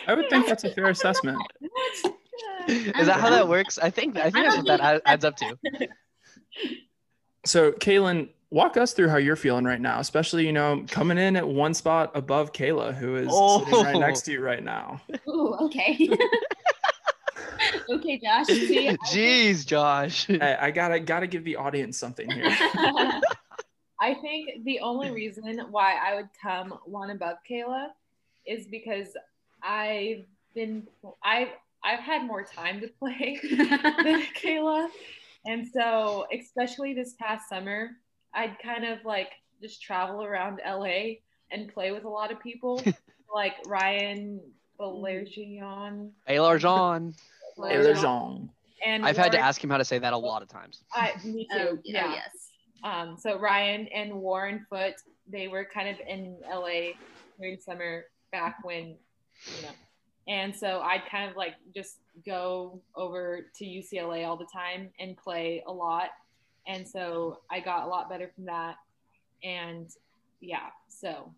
B: I would think that's a fair assessment.
A: Is that how that works? I think I think that's what that ad- adds up to.
B: So, Kaylin, walk us through how you're feeling right now, especially, you know, coming in at one spot above Kayla, who is
A: Oh.
B: sitting right next to you right now.
C: Ooh, okay. okay, Josh. See, I-
A: Jeez, Josh.
B: Hey, I gotta gotta give the audience something here.
D: I think the only reason why I would come one above Kayla is because I've been I've I've had more time to play than Kayla. And so especially this past summer, I'd kind of like just travel around LA and play with a lot of people like Ryan Belergian
A: Aylar John.
B: Taylor Jean.
D: and
A: I've had to
D: Warren-
A: ask him how to say that a lot of times.
D: I, me too.
C: oh, yeah.
D: yeah.
C: yes.
D: Um, so Ryan and Warren Foot, they were kind of in LA during summer back when, you know, and so I'd kind of like just go over to UCLA all the time and play a lot, and so I got a lot better from that, and yeah, so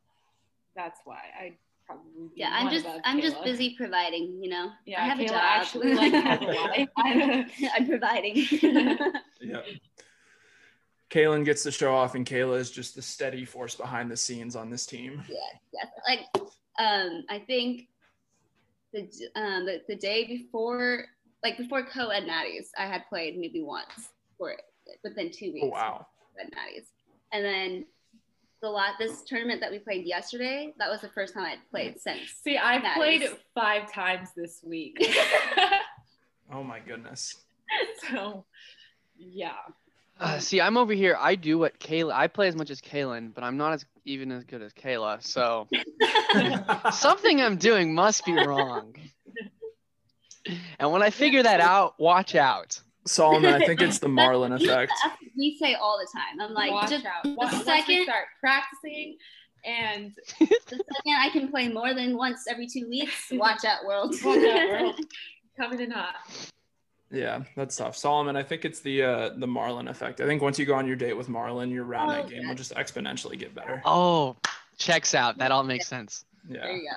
D: that's why I probably be
C: Yeah, I'm
D: one
C: just
D: above
C: I'm just
D: Kayla.
C: busy providing. You know,
D: Yeah,
C: I have
D: Kayla
C: a job.
D: actually like has a life.
C: I'm providing.
B: Yeah. Kaylin gets to show off, and Kayla is just the steady force behind the scenes on this team.
C: yes like um i think the um the, the day before like before co-ed natties i had played maybe once for within two weeks
B: Oh, wow.
C: co-ed natties and then the lot this tournament that we played yesterday that was the first time i'd played since
D: See, I've
C: That
D: played
C: is-
D: five times this week.
B: Oh my goodness.
D: so, yeah.
A: Uh, see, I'm over here. I do what Kayla. I play as much as Kaylin, but I'm not as even as good as Kayla. So something I'm doing must be wrong. And when I figure that out, watch out.
B: Solomon, I think it's the Marlin effect.
C: That's what we say all the time i'm like
D: watch
C: just
D: out. Once, once
C: second-
D: we start practicing, and
C: the second i can play more than once every two weeks watch out world
D: watch out, world. coming in hot.
B: Yeah, that's tough. Solomon, I think it's the uh the Marlin effect. I think once you go on your date with Marlin, your round
C: Oh,
B: night game will just exponentially get better.
A: Oh, checks out. That all makes sense.
C: there
B: Yeah.
C: you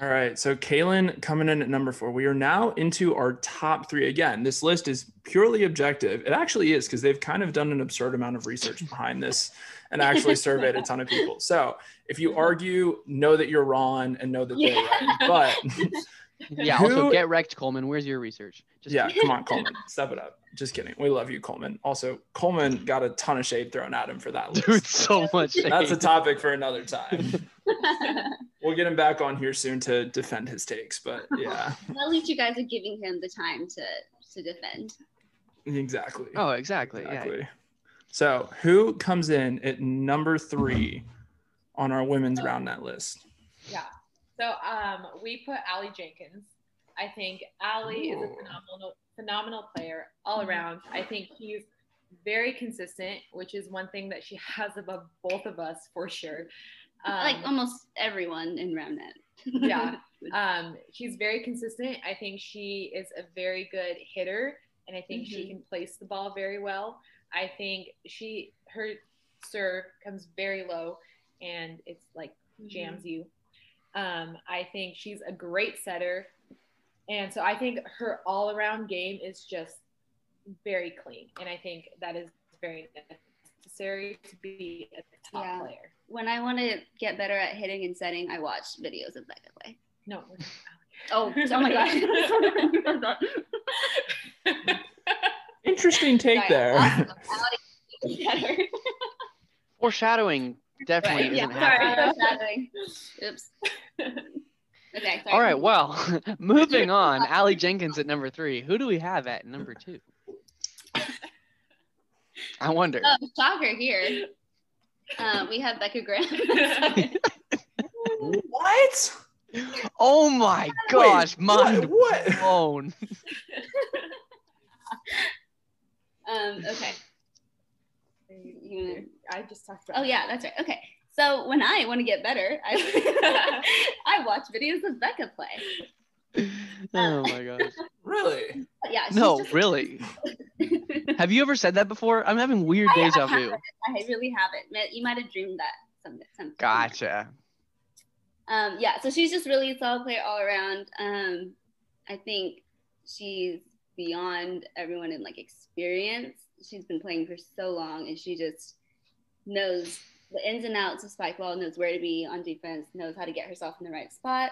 C: go
B: All right. So Kaylin coming in at number four. We are now into our top three. Again, this list is purely objective. It actually is because they've kind of done an absurd amount of research behind this and actually surveyed a ton of people. So if you argue, know that you're wrong and know that they're right. But
A: Yeah. Also,
B: Who-
A: get wrecked, Coleman. Where's your research? Just
B: yeah,
A: kidding.
B: come on, Coleman. Step it up. Just kidding. We love you, Coleman. Also, Coleman got a ton of shade thrown at him for that list.
A: dude, so much.
B: That's a
A: hate.
B: topic for another time. We'll get him back on here soon to defend his takes, but yeah,
C: At least you guys are giving him the time to to defend.
B: exactly.
A: Oh, exactly. Yeah.
B: exactly. So, who comes in at number three on our women's round net list?
D: So um, we put Allie Jenkins. I think Allie is a
B: Ooh.
D: phenomenal, phenomenal player all
C: Mm-hmm.
D: around. I think she's very consistent, which is one thing that she has above both of us for sure. Um,
C: like almost everyone in Remnant.
D: yeah. Um, she's very consistent. I think she is a very good hitter, and I think she
C: Mhm.
D: can place the ball very well. I think she her serve comes very low, and it's like
C: Mm-hmm.
D: jams you. Um, I think she's a great setter, and so I think her all around game is just very clean, and I think that is very necessary to be a top
C: Yeah.
D: player.
C: When I want to get better at hitting and setting, I watch videos of Becca Way.
D: No. we're not.
C: Oh, oh my god.
B: Interesting take there.
C: Better.
A: Foreshadowing definitely
C: Right, yeah,
A: isn't
C: sorry.
A: happening.
C: foreshadowing. Oops. Okay, sorry.
A: All right. Well, moving on. Allie Jenkins at number three. Who do we have at number two? I wonder.
C: Oh, shocker here. Uh, we have Becca Graham.
B: what?
A: Oh my gosh, mind
B: what- what?
A: blown.
C: um, okay. You-
D: I just talked about.
C: Oh yeah, that's right. Okay. So when I want to get better, I I watch videos of Becca play.
A: Oh my gosh.
B: Really?
C: But yeah. she's
A: No,
C: just-
A: really. Have you ever said that before? I'm having weird
C: I
A: deja
C: haven't.
A: vu.
C: I really haven't. Ma- You might have dreamed that some some.
A: Gotcha.
C: Um, yeah. So she's just really a solid player all around. Um, I think she's beyond everyone in like experience. She's been playing for so long, and she just knows the ins and outs of spike ball. Knows where to be on defense. Knows how to get herself in the right spot.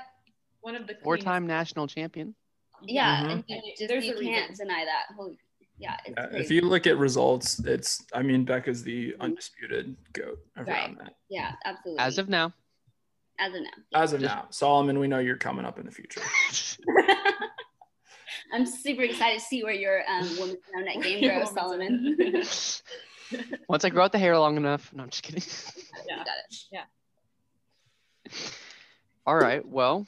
D: One of the cleanest-
A: Four-time national champion.
C: Yeah,
B: Mhm.
C: and you
D: And
C: just
D: there's
C: you
D: a
C: can't
D: reason.
C: deny that. Holy, yeah, it's
B: Yeah, if
C: crazy.
B: you look at results, it's I mean Becca's the undisputed goat around that.
C: yeah, absolutely.
A: As of now.
C: as of now,
B: As of
A: Just-
B: now, Solomon, we know you're coming up in the future.
C: I'm super excited to see where your um, women's round net game
D: Your
C: grows,
D: women's
C: Solomon.
D: round net.
A: Once I grow out the hair long enough. No, I'm just kidding.
D: Yeah.
C: Got it.
A: All right. Well,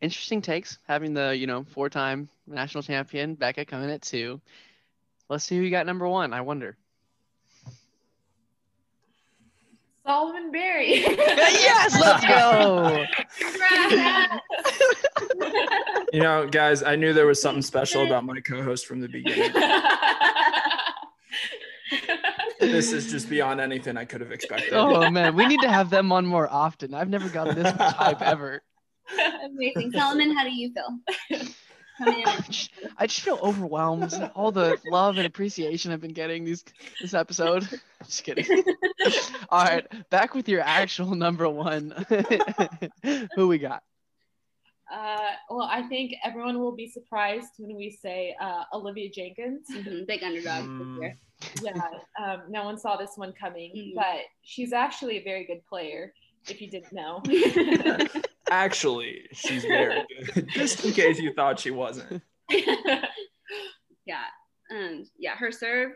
A: interesting takes. Having the, you know, four-time national champion Becca coming at two. Let's see who you got number one. I wonder.
D: Solomon Berry.
A: yes, let's go.
D: Congrats.
B: You know, guys, I knew there was something special about my co-host from the beginning. This is just beyond anything I could have expected.
A: Oh man, we need to have them on more often. I've never gotten this much hype ever.
C: Amazing, Solomon. How do you feel? Come in.
A: I just, I just feel overwhelmed. All the love and appreciation I've been getting these this episode. Just kidding. All right, back with your actual number one. Who we got?
D: Uh, well, I think everyone will be surprised when we say uh, Olivia Jenkins.
A: Mm-hmm.
C: Mhm, Big underdog
A: Mm.
C: this
B: Mm.
C: year.
D: Yeah, um, no one saw this one coming,
C: Mhm.
D: but she's actually a very good player. If you didn't know,
B: Actually, she's very good. just in case you thought she wasn't.
C: Yeah, um, yeah. Her serve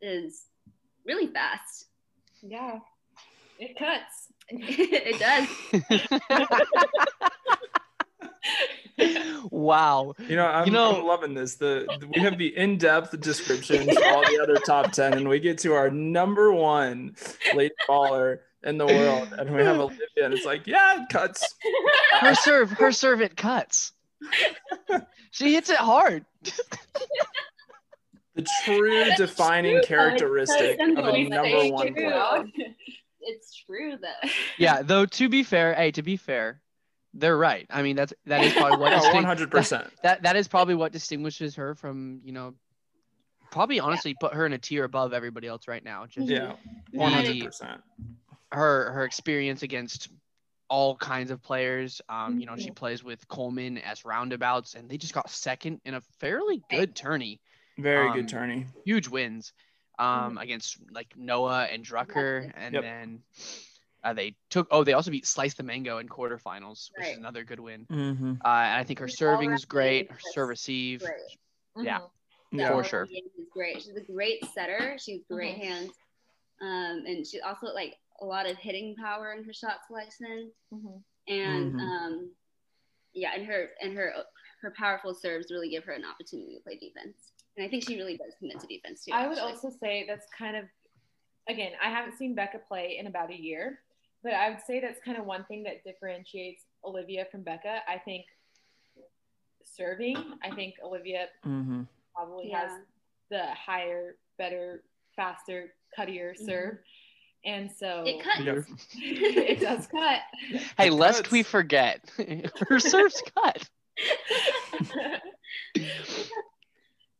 C: is really fast.
D: yeah, it cuts.
C: it does.
A: wow.
B: You know, I'm,
A: You know-
B: I'm loving this. The we have the in-depth descriptions for all the other top ten, and we get to our number one late baller in the world, and we have Olivia, and it's like, yeah, it cuts.
A: Her serve, her serve it cuts. She hits it hard.
B: The true
C: That's
B: defining
C: true, though. It's so
B: characteristic of
C: simple.
B: a
C: It's
B: number
C: very
B: one
C: true.
B: player.
C: Mm-hmm. It's true though.
A: Yeah, though to be fair, hey, to be fair, they're right. I mean, that's that is probably what
B: Oh, One
A: distinct-
B: hundred percent.
A: that that is probably what distinguishes her from you know probably honestly put her in a tier above everybody else right now just
B: Yeah,
A: the-
B: one hundred percent.
A: her her experience against all kinds of players. Um, you know, she
B: Mm-hmm.
D: Mhm.
A: plays with Coleman as roundabouts, and they just got second in a fairly good tourney.
B: Very
A: Um,
B: good tourney.
A: huge wins
C: Mm-hmm.
A: um, against like Noah and Drucker, and
B: Yep.
A: then uh, they took. Oh, they also beat Slice the Mango in quarterfinals, which
C: Right.
A: is another good win. Uh,
B: Mm-hmm.
A: and I think her
C: She's
A: serving is
C: already
A: great. Her
C: impressed.
A: serve receive.
C: Great.
A: Yeah.
D: Mhm.
B: Yeah.
A: For sure. Uh-huh.
C: She's great. She's a great setter. She's great hands, um, and she also like a lot of hitting power in her shot selection,
D: Mhm.
C: Mm-hmm.
A: Mm-hmm.
C: and
B: Mhm.
C: um, yeah, and her and her her powerful serves really give her an opportunity to play defense, and I think she really does commit to defense too.
D: I would
C: actually.
D: also say that's kind of, again, I haven't seen Becca play in about a year, but I would say that's kind of one thing that differentiates Olivia from Becca. I think serving, I think Olivia
B: Mm-hmm.
D: probably has
C: yeah,
D: the higher, better, faster, cuttier
C: Mhm.
D: serve. And so
C: it cuts.
B: Yeah.
D: it does cut.
A: Hey,
B: It
A: lest
B: cuts.
A: we forget, her serve's cut.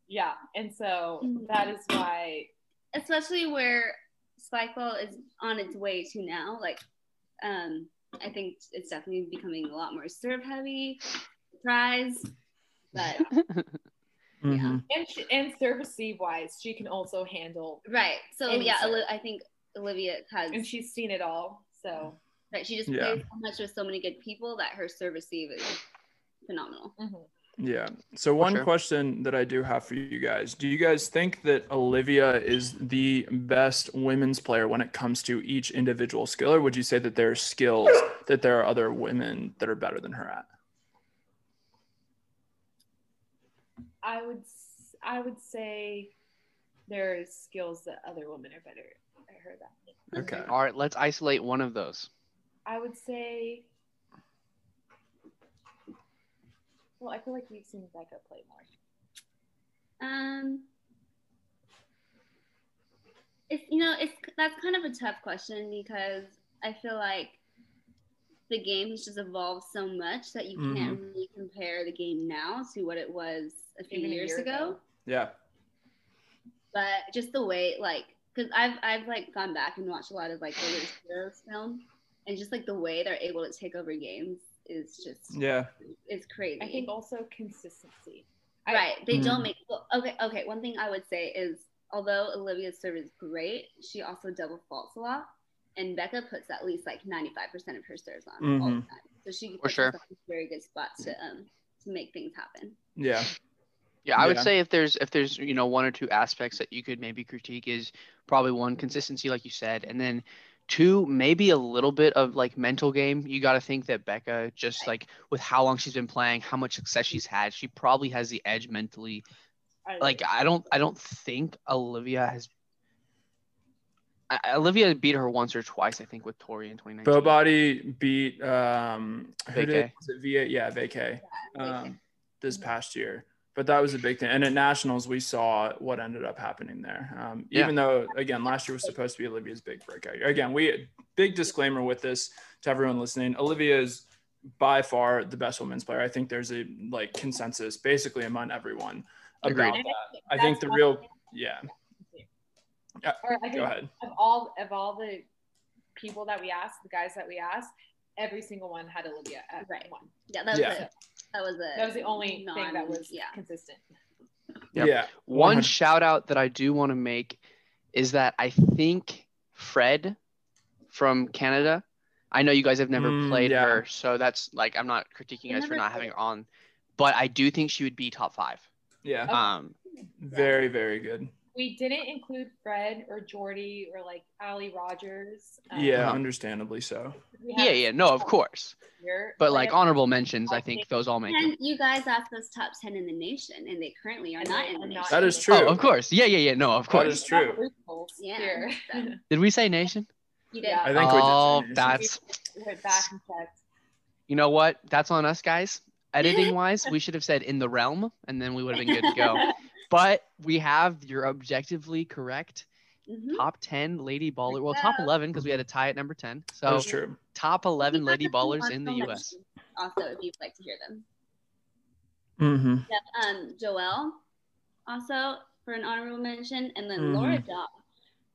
D: yeah. And so
C: Mhm.
D: that is why
C: especially where spikeball is on its way to now like um i think it's definitely becoming a lot more serve heavy surprise but
B: Mm-hmm.
D: and she, and serve receive wise, she can also handle
C: right so
D: Any
C: yeah
D: serve.
C: Oli- i think olivia has
D: and she's seen it all. So
C: right, she just
B: Yeah.
C: plays so much with so many good people that her serve receive is phenomenal
D: mhm.
B: Yeah. So one
A: sure.
B: question that I do have for you guys: Do you guys think that Olivia is the best women's player when it comes to each individual skill, or would you say that there are skills that there are other women that are better than her at?
D: I would s- I would say there's skills that other women are better at her than.
B: Okay.
A: All right, let's isolate one of those.
D: I would say. Well, I feel like we've seen Becca play more.
C: um it's you know it's that's kind of a tough question because i feel like the game has just evolved so much that you can't really compare the game now to what it was a few
D: Even a
C: years
D: year
C: ago.
D: ago.
B: Yeah.
C: but just the way like because i've i've like gone back and watched a lot of like older heroes film and just like the way they're able to take over games is just
B: Yeah.
C: it's crazy
D: I think also consistency. I-
C: right they
B: Mm.
A: Hmm.
C: don't make well, okay okay one thing i would say is although olivia's serve is great she also double faults a lot and becca puts at least like 95% of her serves on all the
A: Mm-hmm.
B: Mhm.
C: time so she
A: For
C: puts
A: sure.
C: herself in very good spots to um to make things happen
B: Yeah.
A: Yeah, I would
B: Yeah.
A: say if there's if there's you know one or two aspects that you could maybe critique is probably one consistency, like you said, and then two maybe a little bit of like mental game. You got to think that Becca just like with how long she's been playing, how much success she's had, she probably has the edge mentally.
D: I-
A: Like I don't I don't think Olivia has. I, Olivia beat her once or twice, I think, with Tori in 2019.
B: Bobadi beat um who did
A: Vacay.
B: was it VA yeah Vacay um,
C: Vacay.
B: this past year. But that was a big thing. And at nationals we saw what ended up happening there. Um,
A: Yeah.
B: even though again last year was supposed to be Olivia's big breakout year. Again, we big disclaimer with this to everyone listening. Olivia is by far the best women's player. I think there's a like consensus basically among everyone about
A: Agreed.
B: that. I think
D: that's
B: the
D: one
B: real
D: thing-
B: yeah,
D: or I
B: go
D: think
B: ahead.
D: of all of all the people that we asked, the guys that we asked, every single one had Olivia at
C: Right.
D: one.
C: yeah that was
B: Yeah.
C: a that was a
D: That was the only thing that
C: non-
D: was
C: yeah
D: consistent.
A: Yep.
B: Yeah.
A: One
B: 100.
A: shout out that I do want to make is that I think Fred from Canada. I know you guys have never
B: Mm,
A: played
B: yeah.
A: her, so that's like I'm not critiquing you
C: I've
A: guys for
C: never
A: not having
C: played
A: her
C: her.
A: on, but I do think she would be top five.
B: Yeah.
D: Okay.
A: Um,
B: Very, very good.
D: We didn't include Fred or Jordy or like Ali Rogers. um,
B: Yeah,
A: Uh-huh.
B: understandably so.
D: we had
A: yeah, yeah, no, of course,
D: here,
A: but like honorable mentions, I
D: I
A: think
D: think-
A: those all make.
C: And
A: it.
C: you guys asked us top 10 in the nation, and they currently are
D: And
C: not
D: they
C: in the
D: are
C: nation.
D: not.
B: That is true.
A: Oh, of course, yeah, yeah, yeah, no, of
B: That
A: course.
B: is true.
C: Yeah.
D: Here.
C: So,
A: Did we say nation?
C: you did.
D: Yeah.
B: I think we did.
A: oh,
B: say nation.
A: that's
D: We went back and checked.
A: you know what? That's on us, guys. Editing wise, we should have said in the realm, and then we would have been good to go. but we have your objectively correct
C: Mhm.
A: top 10 lady baller well top
C: go.
A: 11 because we had a tie at number 10
B: That
A: so
B: is true.
A: top 11
C: We
A: lady
C: have some
A: ballers in the
C: honorable
A: us
C: mentions Also, if you'd like to hear them.
B: Mm-hmm.
C: Yeah, um, Joelle, also for an honorable mention, and then
B: Mhm.
C: Laura Dobb.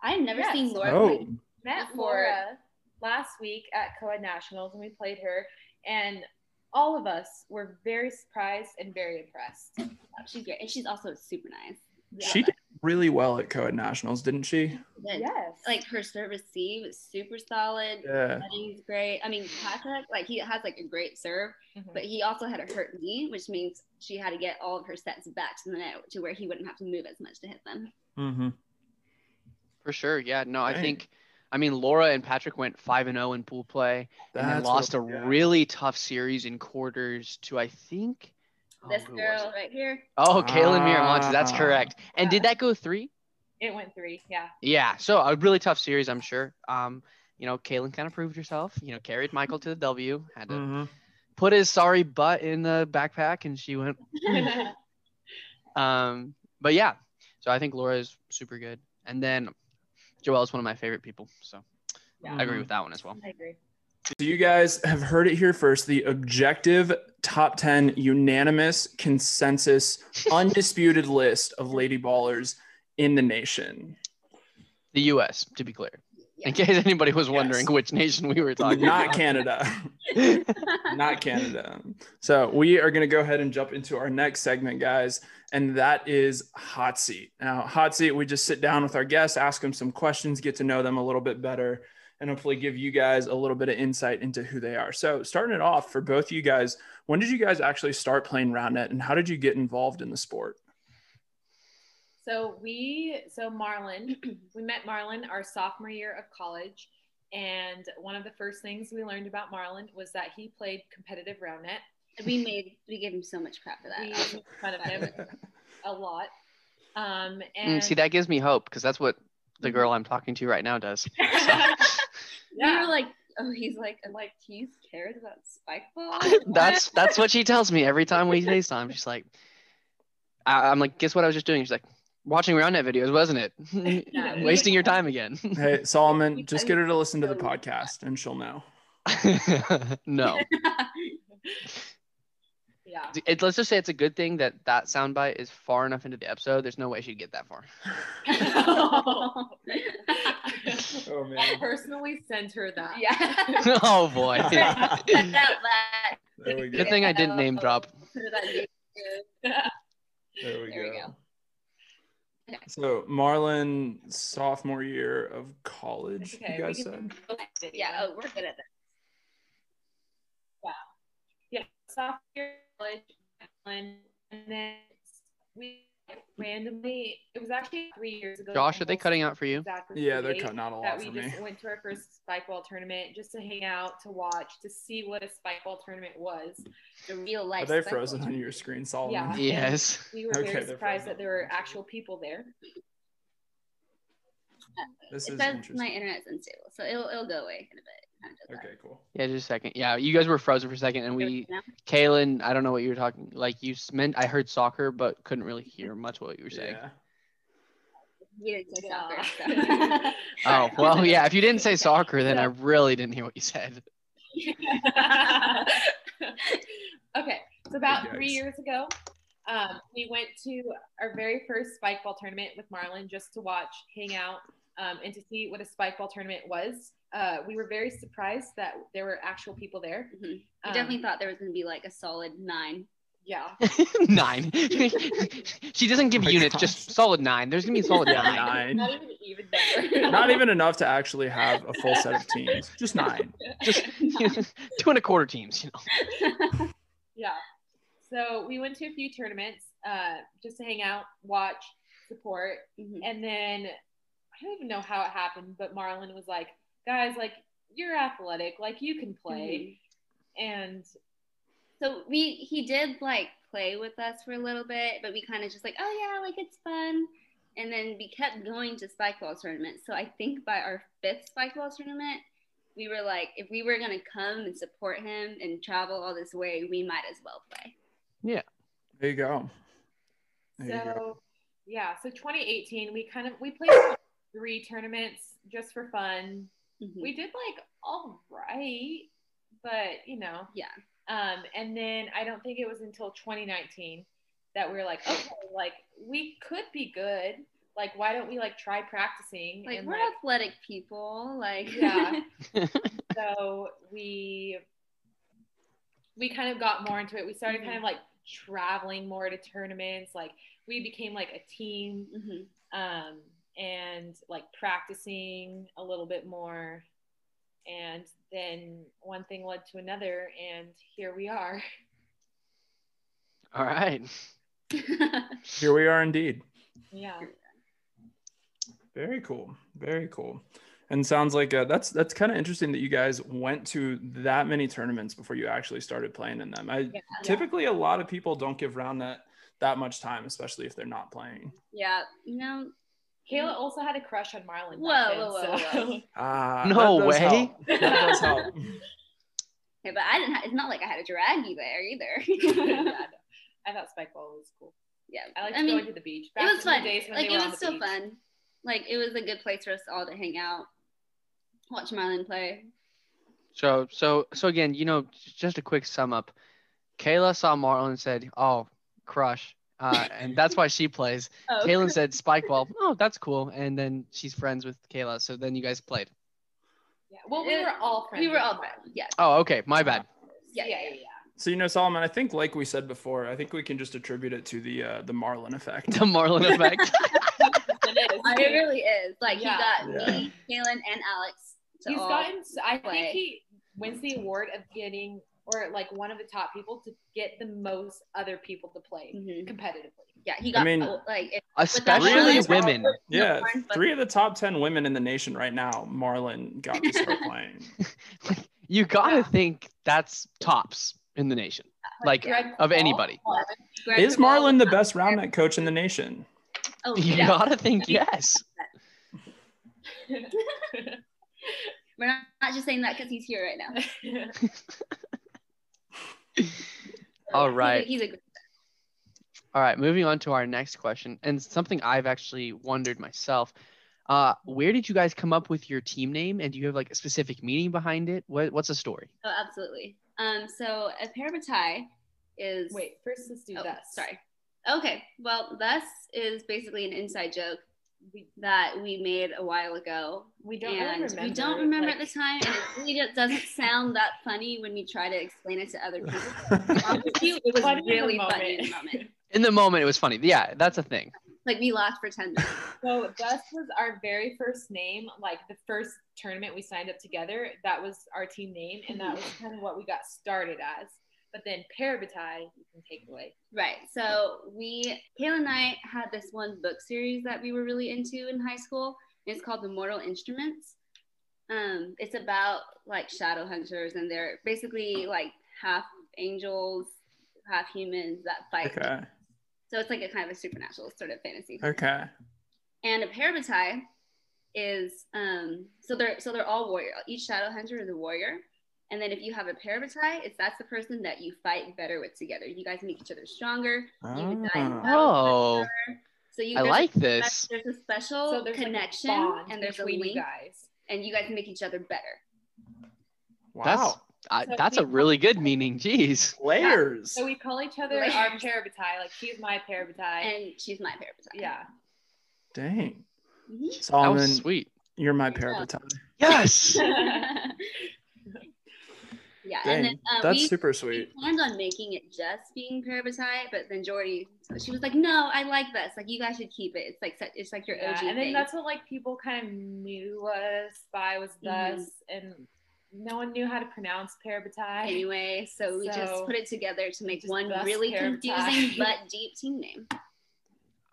C: I have never
D: Yes.
C: seen Laura.
B: Oh,
C: play.
D: Met
C: Before-
D: Laura last week at Coed Nationals when we played her, and all of us were very surprised and very impressed.
C: She's great, and she's also super nice.
D: Yeah.
B: She did really well at Coed Nationals, didn't she?
C: But,
D: yes,
C: Like her service team is super solid.
B: Yeah.
C: He's great. I mean, Patrick, like he has like a great serve,
D: Mhm.
C: but he also had a hurt knee, which means she had to get all of her sets back to the net to where he wouldn't have to move as much to hit them.
B: Mm-hmm.
A: For sure. Yeah. No, I
B: Dang.
A: think I mean Laura and Patrick went five and zero in pool play and then lost a really tough series in quarters to I think. oh,
C: this
A: who was
C: girl
A: it?
C: right here.
A: Oh, Kaylin Miramontes. That's
B: Ah.
A: correct. And did that go three?
D: it went three. Yeah,
A: Yeah. So a really tough series, I'm sure. Um, you know, Kaylin kind of proved herself. You know, carried Michael to the W. Had to
B: Mm-hmm.
A: put his sorry butt in the backpack, and she went. Um, but yeah. So I think Laura is super good, and then Joelle's one of my favorite people. So I
B: Mm-hmm.
A: agree with that one as well.
D: I agree.
B: So you guys have heard it here first. The objective top 10 unanimous consensus undisputed list of lady ballers in the nation.
A: The U.S. to be clear,
C: Yeah.
A: in case anybody was wondering
B: Yes.
A: which nation we were talking
B: Not
A: about.
B: Canada. Not Canada. So we are going to go ahead and jump into our next segment, guys. And that is Hot Seat. Now, Hot Seat, we just sit down with our guests, ask them some questions, get to know them a little bit better, and hopefully give you guys a little bit of insight into who they are. So, starting it off for both of you guys, when did you guys actually start playing round net and how did you get involved in the sport?
D: So we, so Marlon, we met Marlon our sophomore year of college, and one of the first things we learned about Marlon was that he played competitive round net.
C: we made we gave him so much crap for
D: We
C: that.
D: made fun of him a lot. Um,
A: Mm,
D: and
A: see, that gives me hope because that's what the girl I'm talking to right now does.
C: We
D: yeah,
C: were like, oh, he's like, I'm like, he cares about spike ball.
A: that's that's what she tells me every time we FaceTime. She's like, I, I'm like, guess what I was just doing? She's like, watching Roundnet videos, wasn't it?
D: Yeah.
A: Wasting your time again.
B: Hey, Solomon, just get her to listen to the podcast and she'll know.
A: no,
D: yeah.
A: it, let's just say it's a good thing that that soundbite is far enough into the episode. There's no way she'd get that far.
B: Oh,
D: I personally sent her that.
C: yeah.
A: oh boy.
C: Cut out that.
B: There we
A: Good thing I didn't name drop.
C: Put it on YouTube.
B: There we
C: There we
B: go.
C: go. Okay.
B: So Marlon, sophomore year of college,
D: It's okay.
B: you
D: we
B: guys
D: can
B: said.
D: post it
C: Yeah,
D: anyway.
C: oh, we're good at that.
D: yeah, sophomore year of college, and then we randomly. It was actually three years ago.
A: Josh, are they cutting out for you?
D: Exactly.
B: Yeah,
D: the
B: they're
D: date
B: cutting out a lot
D: That we
B: for me.
D: just went to our first spike ball tournament just to hang out, to watch, to see what a spike ball tournament was.
C: The real life.
B: Are they
C: spike
B: frozen
C: ball.
B: on your screen, Solomon?
D: Yeah.
A: Yes.
D: We were
B: Okay,
D: very
B: they're
D: surprised
B: frozen.
D: that there were actual people there.
B: This
C: It
B: is
C: says
B: interesting.
C: my internet's unstable, so it'll it'll go away in a bit. Kind of does that.
B: Okay, cool.
A: Yeah, just a second. Yeah, you guys were frozen for a second, and we,
C: Now?
A: Kaylin, I don't know what you were talking. Like you s- meant, I heard soccer, but couldn't really hear much what you were saying.
B: Yeah.
C: we didn't say soccer.
D: Yeah.
A: Oh well, yeah. If you didn't say soccer, then I
D: Yeah.
A: really didn't hear what you said.
D: okay, so about
B: Yikes.
D: three years ago, um, we went to our very first spike ball tournament with Marlon just to watch, hang out, um, and to see what a spike ball tournament was. Uh, we were very surprised that there were actual people there.
C: Mhm. We
D: Um,
C: definitely thought there was gonna be like a solid nine.
D: Yeah.
A: nine. she doesn't give
B: Oh my
A: units, just solid nine. There's gonna be a solid
B: Yeah,
A: nine.
B: nine.
D: Not even an even number.
B: Not even enough to actually have a full set of teams. Just nine.
A: Just two and a quarter teams. You know.
D: Yeah. So we went to a few tournaments uh, just to hang out, watch, support,
C: Mhm.
D: And then I don't even know how it happened, but Marlon was like, guys, like you're athletic, like you can play.
B: Mm-hmm.
D: And
C: So we he did like play with us for a little bit, but we kind of just like, oh yeah, like it's fun. And then we kept going to spike ball tournaments. So I think by our fifth spike ball tournament, we were like, if we were gonna come and support him and travel all this way, we might as well play.
B: There you go. There you go.
D: so yeah, so 2018, we kind of we played three tournaments just for fun.
C: Mhm.
D: We did like all right, but you know.
C: Yeah.
D: Um, and then I don't think it was until 2019 that we were like, okay, like we could be good. Like, why don't we like try practicing?
C: like
D: and,
C: we're athletic people, like
D: Yeah. so we we kind of got more into it. We started kind of like traveling more to tournaments. Like we became like a team
C: Mhm.
D: um, and like practicing a little bit more. And then one thing led to another, and here we are.
A: All right.
D: Mm-hmm.
B: Here we are indeed.
D: yeah.
B: Very cool. Very cool. And sounds like uh, that's that's kind of interesting that you guys went to that many tournaments before you actually started playing in them. I typically a lot of people don't give round that that much time, especially if they're not playing.
C: yeah, you know,
D: Kayla also had a crush on Marlon.
C: Whoa,
D: back then,
C: whoa, whoa,
D: so-
C: whoa.
B: Ah,
A: No
B: that does
A: way.
B: help. That does help.
C: yeah, but I didn't. Ha- it's not like I had to drag you there
D: Yeah,
C: either.
D: no. I thought spike ball was cool.
C: yeah,
D: I liked
C: I mean,
D: going to the beach.
C: it was
D: in the
C: fun.
D: days when
C: Like
D: they
C: it
D: were on
C: was
D: the
C: still
D: beach.
C: fun. Like it was a good place for us all to hang out, watch Marlon play.
A: So so so again, you know, j- just a quick sum up. Kayla saw Marlon and said, "Oh, crush," uh, and that's why she plays.
C: Oh,
A: Kaylin said, "Spike ball." Oh, that's cool. And then she's friends with Kayla. So then you guys played.
D: Yeah. Well, we were all friends.
C: We were
D: with
C: all
D: Marlon.
C: friends. Yes.
A: Oh, okay, my bad.
C: Yeah. Yeah.
D: yeah.
B: So you know, Solomon, I think like we said before, I think we can just attribute it to the uh, the Marlin effect.
A: The Marlon effect.
D: It is.
C: It really is. Like
D: Yeah.
C: he got
B: Yeah.
C: me, Kaylin, and Alex. To
D: He's
C: all-
D: gotten. s- I
C: play.
D: think he wins the award of getting, or like one of the top people to get the most other people to play
C: Mhm.
D: competitively.
C: Yeah, he got oh,
B: I mean-
C: like it-
A: Especially
B: Really?
A: women.
B: Yeah,
C: Marlin, but-
B: three of the top ten women in the nation right now, Marlin got to start playing.
A: You gotta
D: Yeah.
A: think that's tops in the nation,
C: Uh,
A: like
D: Greg
A: of
D: Paul,
A: anybody.
C: Greg
B: Is
C: Duvall
B: Marlin the
C: was
B: best round net coach in the nation?
C: not- Oh,
A: You
C: yeah.
A: gotta think yes.
C: We're not, not just saying that because he's here right now.
A: All right.
C: He's a, he's a
A: All right, moving on to our next question, and something I've actually wondered myself. Uh, where did you guys come up with your team name, and do you have like a specific meaning behind it? What, what's the story?
C: oh, absolutely. Um, so a parabatai is
D: Wait, first let's do
C: Oh,
D: this.
C: sorry. Okay. Well, thus is basically an inside joke that we made a while ago,
D: We don't really
C: and
D: remember.
C: we don't remember
D: like-
C: at the time, and it really just doesn't sound that funny when we try to explain it to other people. Honestly, it was
D: Funny in the
C: really funny in the
D: moment.
C: moment.
A: In the moment, it was funny. Yeah, that's a thing.
C: Like we laughed for ten minutes.
D: So Gus was our very first name, like the first tournament we signed up together. That was our team name, and that was kind of what we got started as. But then Parabatai, you can take away.
C: Right. So we, Kayla and I, had this one book series that we were really into in high school. It's called The Mortal Instruments. Um, it's about like shadow hunters, and they're basically like half angels, half humans that fight.
B: Okay.
C: So it's like a kind of a supernatural sort of fantasy.
B: Okay.
C: And a parabatai is um, so they're so they're all warrior. Each shadow hunter is a warrior. And then if you have a parabatai, it's that's the person that you fight better with together. You guys make each other stronger. You would die in
B: Ah.
C: battle
A: Oh.
C: faster. so you
A: I
C: there's a
A: like
C: spe-
A: this.
C: There's a special
D: So there's like, a
C: connection,
D: bond
C: and there's a
D: between
C: link,
D: You guys.
C: and you guys make each other better.
A: That's
B: Wow.
A: I,
D: So
A: that's a
D: we-
A: really good meaning. Jeez.
B: Layers.
D: So we call each other
C: Right.
D: our Parabatai. Like she's my Parabatai.
C: And she's my parabatai.
D: Yeah.
B: Dang.
C: Mhm.
A: That
B: Solomon,
A: was sweet.
B: you're my parabaton.
A: Yes.
C: yeah.
B: Dang.
C: and then uh,
B: That's
C: we,
B: super
C: we
B: sweet.
C: planned on making it just being parabatai, but then Jordy, so she was like, "No, I like this. Like, you guys should keep it. It's like such- it's like your
D: Yeah,
C: OG
D: and then
C: thing."
D: that's what like people kind of knew us by was
C: Mhm.
D: thus, and no one knew how to pronounce Parabatai.
C: Anyway, so we just
D: So-
C: put it together to make
D: Just
C: one
D: best
C: really
D: parabatai.
C: confusing but deep team name.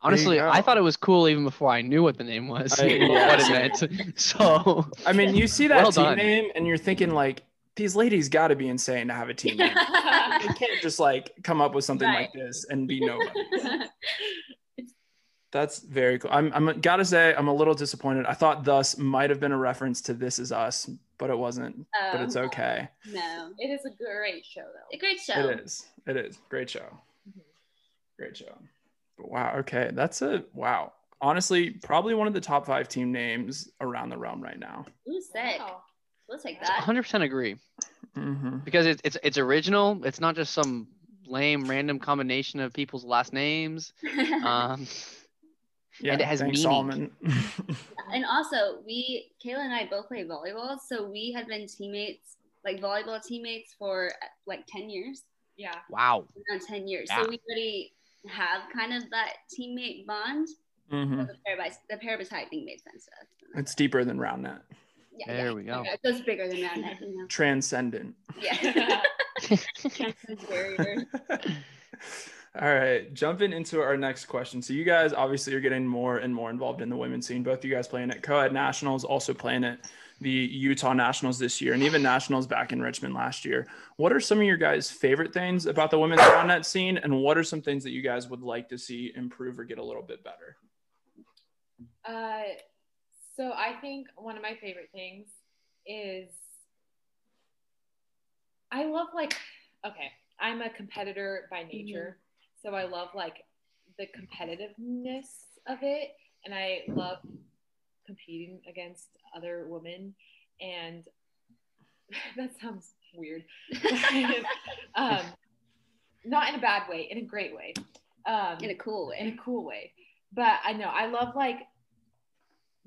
A: Honestly,
B: go.
A: I thought it was cool even before I knew what the name was,
B: I-
A: what it meant. So
B: I mean, you see that
A: Well
B: team
A: done.
B: name and you're thinking like, these ladies got to be insane to have a team name. They can't just like come up with something like
D: Right.
B: this and be nobody. That's very cool. I'm, I'm gotta say, I'm a little disappointed. I thought "thus" might have been a reference to "This Is Us," but it wasn't. But
C: Um,
B: it's
A: Oh,
B: okay.
C: no.
D: It is a great show though.
C: A great show.
B: It is. It is. Great show.
A: Mm-hmm.
B: Great show. But wow. Okay. That's a wow. Honestly, probably one of the top five team names around the realm right now.
C: Ooh, sick.
D: Wow.
C: We'll take that.
A: 100% agree
B: Mm-hmm.
A: because it's it's it's original. It's not just some lame random combination of people's last names. Um,
B: Yeah.
A: And it has
B: thanks,
A: meaning.
B: Solomon.
C: and also we Kayla and I both play volleyball, so we have been teammates, like volleyball teammates for uh, like ten years,
D: Yeah.
A: Wow.
C: around ten years.
A: Yeah.
C: So we already have kind of that teammate bond.
B: Mhm.
A: Mm.
C: So the pair by the pair by side thing made sense to us.
B: It's deeper than round net.
C: Yeah,
A: There
C: yeah.
A: we go.
C: Yeah, it goes bigger than round net, you know.
B: Transcendent.
C: Yeah. Transcends barriers.
B: All right, jumping into our next question. So you guys obviously are getting more and more involved in the women's scene. Both you guys playing at co-ed nationals, also playing at the Utah Nationals this year, and even nationals back in Richmond last year. What are some of your guys' favorite things about the women's round net scene, and what are some things that you guys would like to see improve or get a little bit better?
D: Uh, so I think one of my favorite things is I love like okay, I'm a competitor by nature. So I love like the competitiveness of it and I love competing against other women and that sounds weird. um, not in a bad way, in a great way. Um,
C: in a cool
D: in
C: way.
D: a cool way. But I know I love like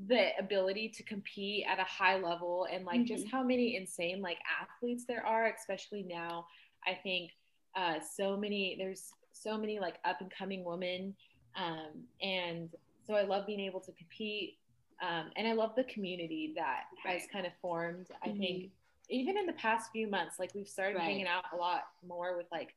D: the ability to compete at a high level and like just how many insane like athletes there are, especially now. I think uh, so many there's so many like up and coming women, um, and so I love being able to compete. Um, and I love the community that has
C: Right.
D: kind of formed. I think even in the past few months, like we've started
C: Right.
D: hanging out a lot more with like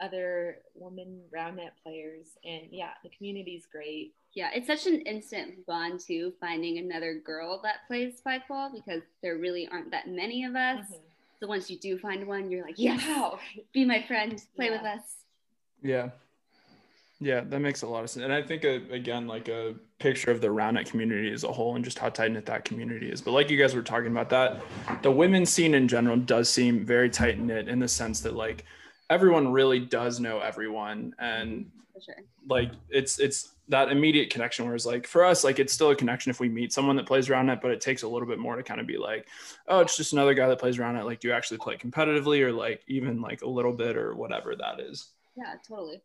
D: other women round net players and yeah the community's great
C: Yeah, it's such an instant bond too, finding another girl that plays spikeball because there really aren't that many of us.
D: Mm-hmm.
C: So once you do find one, you're like, yes,
D: wow
C: be my friend, play with
D: Yeah.
C: us.
B: Yeah. Yeah, that makes a lot of sense. And I think, uh again, like a picture of the Roundnet community as a whole and just how tight knit that community is. But like you guys were talking about that, the women's scene in general does seem very tight knit in the sense that, like, everyone really does know everyone. And
C: For sure.
B: like it's it's that immediate connection whereas like for us like it's still a connection if we meet someone that plays around it but it takes a little bit more to kind of be like oh it's just another guy that plays around it like do you actually play competitively or like even like a little bit or whatever that is
C: Yeah, totally.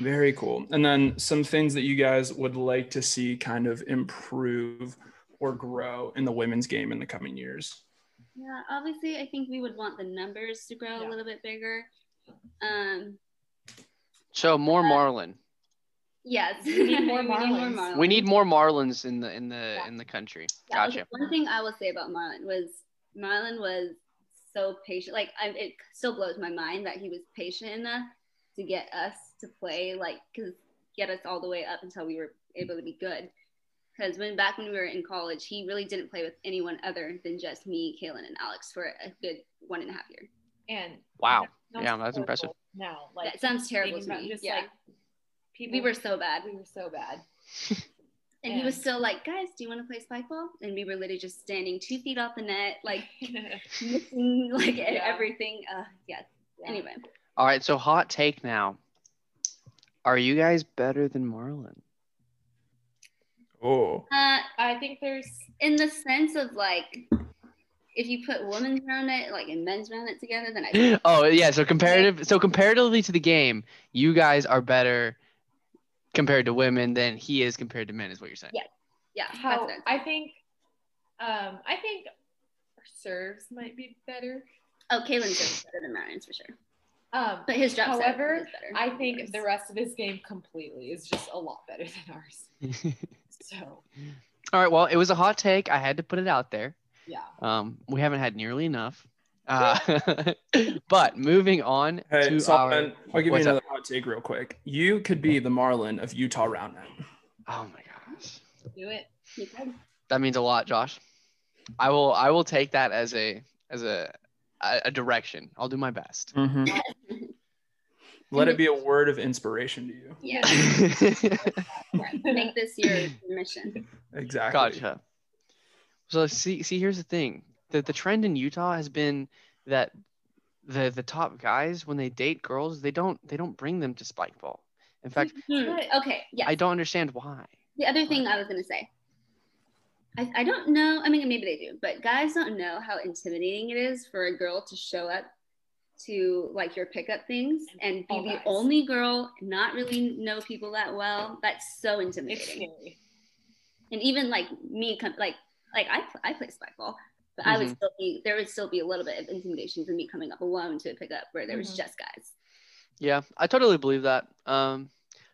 B: very cool and then some things that you guys would like to see kind of improve or grow in the women's game in the coming years
C: Yeah, obviously, I think we would want the numbers to grow a
D: Yeah.
C: little bit bigger. Um,
A: So more Marlin.
C: yes,
D: We need more Marlins.
A: We need more Marlins in the in the in the country.
C: Yeah, okay,
A: Gotcha.
C: One thing I will say about Marlon was Marlon was so patient. Like I, it still blows my mind that he was patient enough to get us to play, like, cause get us all the way up until we were able to be good. Because when back when we were in college, he really didn't play with anyone other than just me, Kaylin, and Alex for a good one and a half year.
D: and
A: Wow.
D: that sounds
A: Yeah, that's
D: horrible
A: impressive.
D: now like
C: That sounds terrible
D: thinking
C: to
D: about
C: me.
D: just
C: yeah,
D: like people
C: we were so bad,
D: we were so bad
C: and he was
D: Yeah.
C: still like, "Guys, do you want to play spikeball?" And we were literally just standing two feet off the net, like missing like e-
D: Yeah.
C: everything. Uh, yeah. Anyway,
A: All right. So hot take now. Are you guys better than Marlin?
B: oh
C: uh,
D: i think there's
C: in the sense of like, if you put women's round it like and men's round it together, then I
A: Oh yeah. So comparative. So comparatively to the game, you guys are better compared to women than he is compared to men. Is what you're saying?
C: Yeah. yeah.
D: how
C: that's it.
D: i think um i think our serves might be better
C: Oh, Kalen's is better than Marin's for sure,
D: um
C: but his job.
D: However,
C: better.
D: i
C: than
D: think
C: ours.
D: the rest of his game completely is just a lot better than ours so
A: All right. Well, it was a hot take. I had to put it out there.
D: yeah
A: Um, we haven't had nearly enough. Uh, but moving on
B: hey
A: to our.
B: Solomon, i'll give you
A: What's up?
B: another hot take real quick you could be the marlin of utah round net
A: Oh my gosh.
D: do it
C: He could.
A: That means a lot, Josh. I will I will take that as a as a a, a direction. I'll do my best. Mm-hmm.
B: Let it be a word of inspiration to you.
C: yeah.
A: gotcha.
C: Make this your mission.
B: Exactly.
A: So see see here's the thing. The the trend in Utah has been that the the top guys when they date girls, they don't they don't bring them to spike ball. In fact,
C: Hmm, Okay. Yeah.
A: I don't understand why.
C: The other thing I was gonna say, I, I don't know. I mean, maybe they do, but guys don't know how intimidating it is for a girl to show up to like your pickup things and be
D: All
C: the
D: guys.
C: only girl, not really know people that well. That's so
D: It's
C: intimidating.
D: scary.
C: and even like me com- like like I, pl- I play spyfall but i
D: Mm-hmm.
C: would still be there would still be a little bit of intimidation for me coming up alone to a pickup where there was
D: Mhm.
C: just guys
A: Yeah, I totally believe that. Um,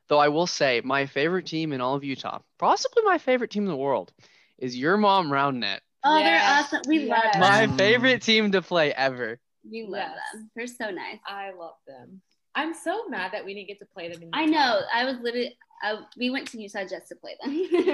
A: though I will say, my favorite team in all of Utah, possibly my favorite team in the world, is your mom Roundnet.
C: oh
D: Yes.
C: they're awesome we love
D: Yes.
C: them
A: My
B: Mm.
A: favorite team to play ever.
C: we love
D: Yes.
C: them they're so nice
D: I love them. I'm so mad that we didn't get to play them. In
C: i
D: Utah.
C: know i was literally I, we went to utah just to play them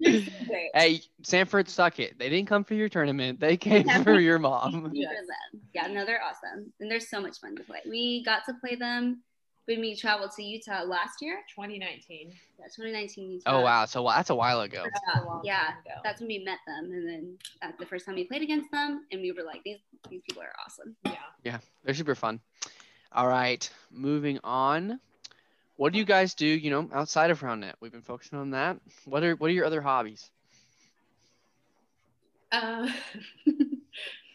D: They're so great.
A: hey, Sanford, suck it. They didn't come for your tournament. They came for your mom.
C: We love them. yeah no they're awesome and they're so much fun to play we got to play them when we traveled to utah last year
D: 2019.
C: yeah, 2019 utah.
A: Oh wow, so that's a while ago.
D: That's a long
C: yeah,
D: time ago.
C: that's when we met them and then that's the first time we played against them and we were like these these people are awesome
D: yeah.
A: They're super fun. All right, moving on. What do you guys do? You know, outside of Roundnet, we've been focusing on that. What are what are your other hobbies?
D: Uh,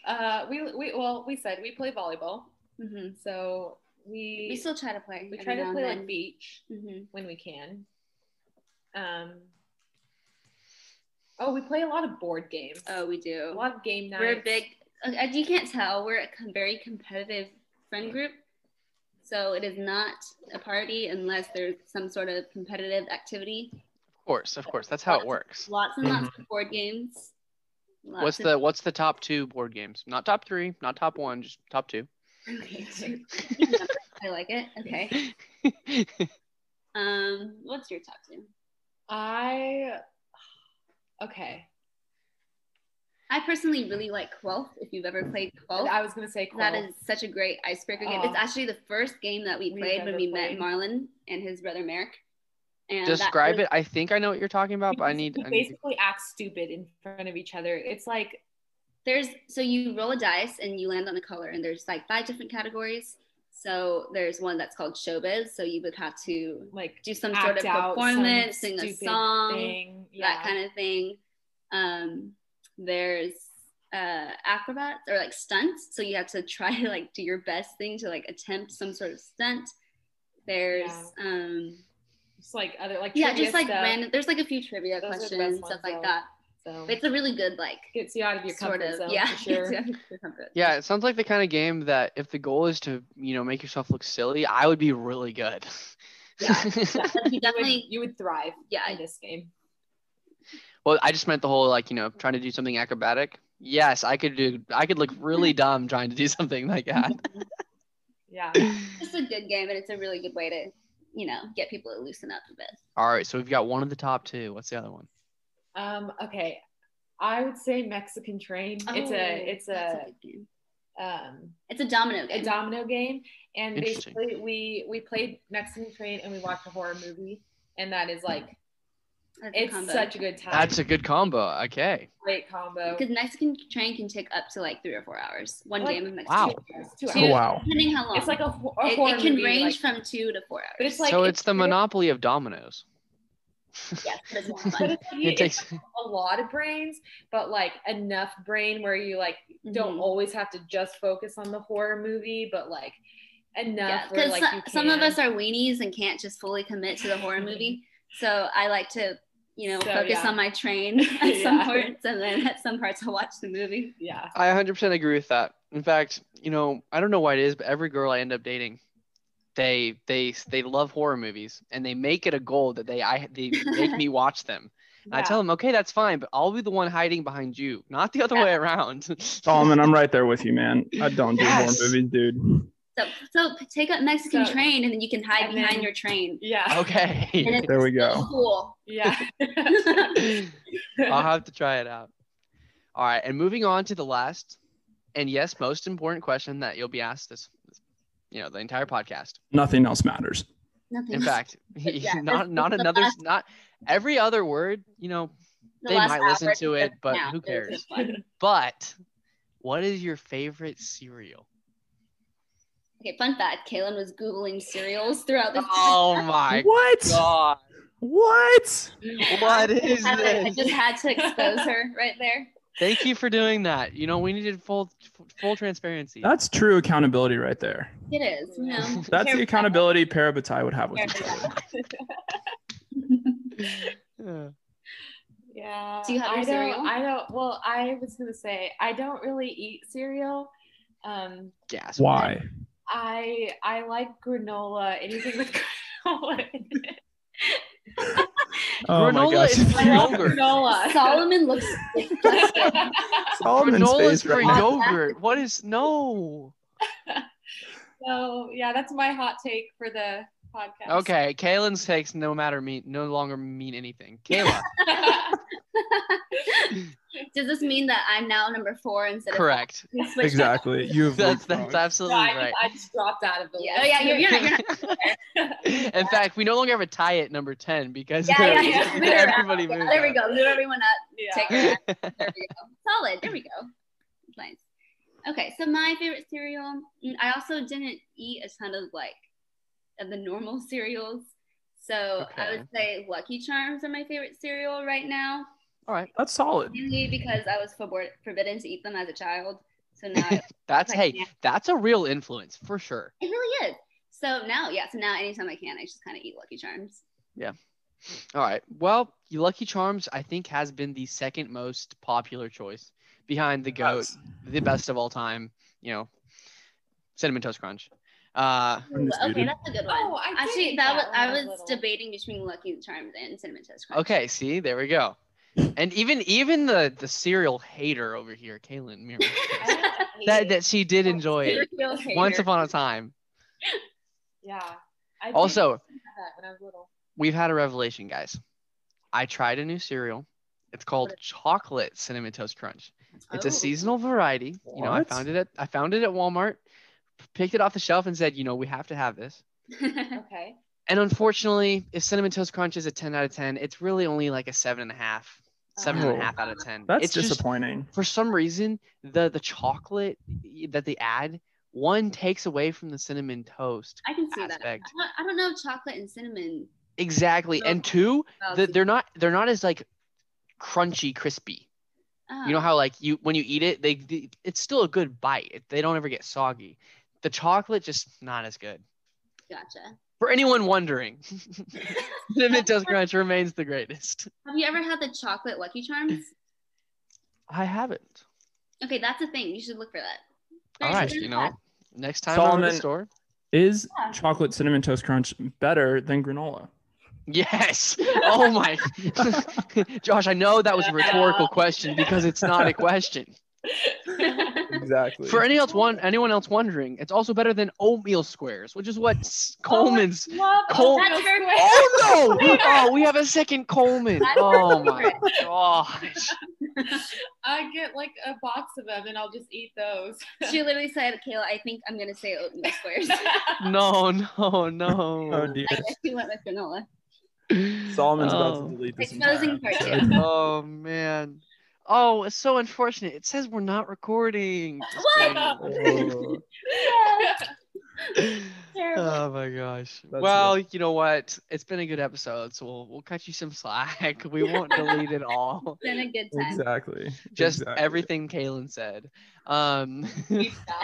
D: uh, we we well we said we play volleyball,
C: hmm
D: so we
C: we still try to play
D: we try to play like beach
C: mm-hmm.
D: when we can. Um. Oh, we play a lot of board games.
C: oh we
D: a
C: do
D: lot of game nights.
C: we're a big as you can't tell we're a com- very competitive friend group so it is not a party unless there's some sort of competitive activity
A: Of course, of course. That's how it works.
C: lots and lots of board games Lots
A: Mm-hmm. What's the
C: of-
A: what's the top two board games? Not top three, not top one, just top two.
C: okay shoot. i like it okay um what's your top two
D: I okay.
C: i personally really like quelf if you've ever played quelf
D: I was gonna say
C: That
D: Quill.
C: is such a great icebreaker game. It's
D: Aw.
C: actually the first game that we
D: We've
C: played when
D: ever
C: we
D: played.
C: met Marlon and his brother Merrick. And that
A: Describe
C: was-
A: it. I think I know what you're talking about, but I
D: We
A: need, I need
D: basically act stupid in front of each other. It's like
C: There's so you roll a dice and you land on a color, and there's like five different categories. So there's one that's called showbiz. So you would have to
D: like
C: do some
D: act
C: sort of
D: out some
C: performance, sing a
D: stupid
C: song,
D: thing.
C: that kind of thing. Um, there's uh, acrobats or like stunts. So you have to try to like do your best thing to like attempt some sort of stunt. There's um,
D: just like other like
C: yeah
D: trivia
C: just like
D: stuff.
C: random there's like a few trivia
D: Those are the best
C: questions stuff
D: ones,
C: like
D: though.
C: that
D: So
C: But it's a really good like
D: gets you out of your comfort
C: sort of
D: zone
C: yeah
D: for sure.
C: it's- it's comfort.
A: Yeah, it sounds like the kind of game that if the goal is to, you know, make yourself look silly, I would be really good.
C: Yeah, But you
D: You would,
C: definitely
D: you would thrive
C: yeah
D: in this game.
A: well, I just meant the whole like, you know, trying to do something acrobatic. Yes, I could do I could look really dumb trying to do something like that.
D: Yeah.
C: it's just a good game and it's a really good way to you know get people to loosen up a bit
A: All right, so we've got one of the top two. What's the other one?
D: Um, okay. I would say Mexican Train. it's a
C: Oh,
D: it's
C: that's
D: a,
C: good game.
D: um
C: it's a domino
D: a
C: game
D: domino game and
A: Interesting.
D: basically we we played Mexican Train and we watched a horror movie and that is like
C: That's a
D: it's
C: combo.
D: such a good time.
A: That's a good combo. Okay.
D: great combo.
C: because Mexican train can take up to like three or four hours one
D: Like,
C: game of Mexican
A: wow.
C: Train.
D: It's two
C: Two-
D: hours.
B: Wow.
C: depending how long
D: It's like a, ho- a
C: it,
D: horror
C: it can
D: movie,
C: range
D: like-
C: from two to four hours
D: but it's like
A: so it's the
D: monopoly.
A: monopoly of dominoes.
C: yes, but it's more fun.
D: but it's like,
A: It
D: it takes
A: takes
D: a lot of brains, but like enough brain where you like don't
C: Mhm.
D: always have to just focus on the horror movie, but like enough
C: Yeah,
D: where
C: because
D: like you
C: some of
D: can-
C: us are weenies and can't just fully commit to the horror movie. So I like to, you know,
D: So,
C: focus
D: yeah.
C: on my train at some
D: Yeah.
C: parts, and then at some parts I'll watch the movie.
D: yeah.
A: I 100% agree with that. In fact, you know, I don't know why it is, but every girl I end up dating, they they they love horror movies and they make it a goal that they I they make me watch them. And I
D: Yeah.
A: tell them, "Okay, that's fine, but I'll be the one hiding behind you, not the other way around."
B: Solomon, I'm right there with you, man. I don't do
A: Yes.
B: horror movies, dude.
C: So so take up Mexican
D: So-
C: train, and then you can hide
D: and
C: behind
D: then-
C: your train.
D: yeah.
C: And
A: okay.
C: it's
B: There we go.
C: cool.
D: Yeah.
A: I'll have to try it out. All right, and moving on to the last and yes, most important question that you'll be asked this you know, the entire podcast.
B: Nothing else matters.
C: Nothing.
A: In fact,
C: Yeah,
A: not
C: this
A: not
C: is the
A: another
C: last-
A: not every other word, you know,
C: The
A: they
C: last
A: might listen
C: hour
A: to it,
C: just
A: but
C: now
A: who
C: is just fun.
A: But what is your favorite cereal?
C: okay, fun fact: Kaylin was googling cereals throughout this.
A: Oh my
B: What?
A: god.
B: What?
A: What is
C: I, I
A: this?
C: just had to expose her right there.
A: Thank you for doing that. You know, we needed full full transparency.
B: That's true accountability right there.
C: It is, you know.
B: That's the
C: Care-
B: accountability Parabatai would have with each
C: Care-
B: other.
A: Yeah.
D: Yeah.
C: Do you have
D: I
C: your
D: don't,
C: cereal?
D: I don't. Well, I was gonna say I don't really eat cereal. Um,
A: Gas.
B: Why?
D: I I like granola. Anything with granola. in it.
B: Oh my
A: Granola
B: gosh.
A: is
D: I love
A: Yogurt.
D: granola.
C: Solomon looks disgusted.
B: Solomon's
A: Granola
B: face
A: is for
B: right now.
A: yogurt. What is no?
D: so yeah, that's my hot take for the podcast.
A: Okay, Kaylin's takes no matter mean no longer mean anything. Kayla,
C: Does this mean that I'm now number four instead
A: correct.
D: We switched up.
B: Exactly. You've
A: That's that's
D: No,
A: absolutely
D: I, just-
A: right.
D: I just dropped out of the.
C: of? Yeah, oh, yeah, you're, you're not. You're not.
A: In fact, we no longer have a tie at number ten because
C: Yeah, yeah,
D: yeah.
A: everybody
C: Move it
A: everybody moved.
C: around. Yeah, there we
A: up.
C: go. Move everyone up.
D: Yeah.
C: Take it out. There we go. Solid. There we go. Nice. Okay, so my favorite cereal. mm, I also didn't eat a ton of like of the normal cereals. So I would say Lucky Charms are my favorite cereal right now,
A: All right,
B: That's solid.
C: mainly because I was forbid- forbidden to eat them as a child. So now I-
A: that's
C: I
A: hey,
C: can't.
A: that's a real influence for sure.
C: it really is. So now, yeah. So now, anytime I can, I just kind of eat Lucky Charms.
A: All right, well, Lucky Charms I think has been the second most popular choice behind the goat,
B: Yes.
A: the best of all time. You know, cinnamon toast crunch. Uh,
C: Ooh, okay,
B: Undisputed.
C: that's a good one.
D: Oh, I did
C: Actually,
D: eat
C: that, was
D: when
C: I was
D: little.
C: debating between Lucky Charms and Cinnamon Toast Crunch.
A: Okay, see, there we go. And even even the the serial hater over here, Kaylin Mirror,
D: I don't hate
A: that
D: it.
A: that she did enjoy it
C: Serial hater.
A: once upon a time.
D: yeah. I did
A: Also,
D: have that when I was little.
A: we've had a revelation, guys. I tried a new cereal. It's called chocolate cinnamon toast crunch. It's
C: Oh.
A: a seasonal variety. You know, I
B: What?
A: found it at I found it at Walmart, picked it off the shelf and said, you know, we have to have this.
D: Okay.
A: And unfortunately, if cinnamon toast crunch is a ten out of ten, it's really only like a seven and a half, seven and a
B: Oh.
A: half out of ten.
B: That's
A: it's just-
B: disappointing.
A: for some reason the the chocolate y- that they add one takes away from the cinnamon toast
C: I can see that. I
A: aspect
C: don't, I don't know if chocolate and cinnamon.
A: exactly and two the, they're not they're not as like crunchy crispy
C: oh,
A: you know how like you when you eat it they, they- it's still a good bite It- they don't ever get soggy the chocolate just not as good
C: Gotcha.
A: for anyone wondering cinnamon toast crunch remains the greatest
C: Have you ever had the chocolate Lucky Charms?
A: i haven't
C: Okay, that's a thing. You should look for that.
A: all
C: Very
A: right
C: simple.
A: you know next time i'm in the
B: Solomon-
A: store
B: Is
C: Yeah.
B: chocolate cinnamon toast crunch better than granola?
A: Yes. Oh my. Josh, I know that was a rhetorical question because it's not a question.
B: Exactly.
A: For any else one anyone else wondering, it's also better than oatmeal squares, which is what S- Coleman's.
D: Love
A: Col-
D: oatmeal
C: That's her-
D: squares.
A: Oh no! Oh, we have a second Coleman.
C: That's
A: Oh my gosh.
D: I get like a box of them and I'll just eat those.
C: She literally said, Kayla, I think I'm going to say oatmeal squares.
A: No, no, no.
B: Oh dear.
C: she went with granola.
B: Solomon's
A: Oh.
B: about to delete this. entire
C: Exposing part two.
B: episode.
A: Oh man. Oh, it's so unfortunate. It says we're not recording. Just
C: What?
A: kidding.
B: Oh.
A: Oh my gosh.
B: That's
A: well, you know what? It's been a good episode, so we'll we'll cut you some slack. We won't delete it all.
C: Been a good time.
B: Oh, Exactly.
A: Just
B: Exactly.
A: everything Kaylin said. Um
D: Deep down.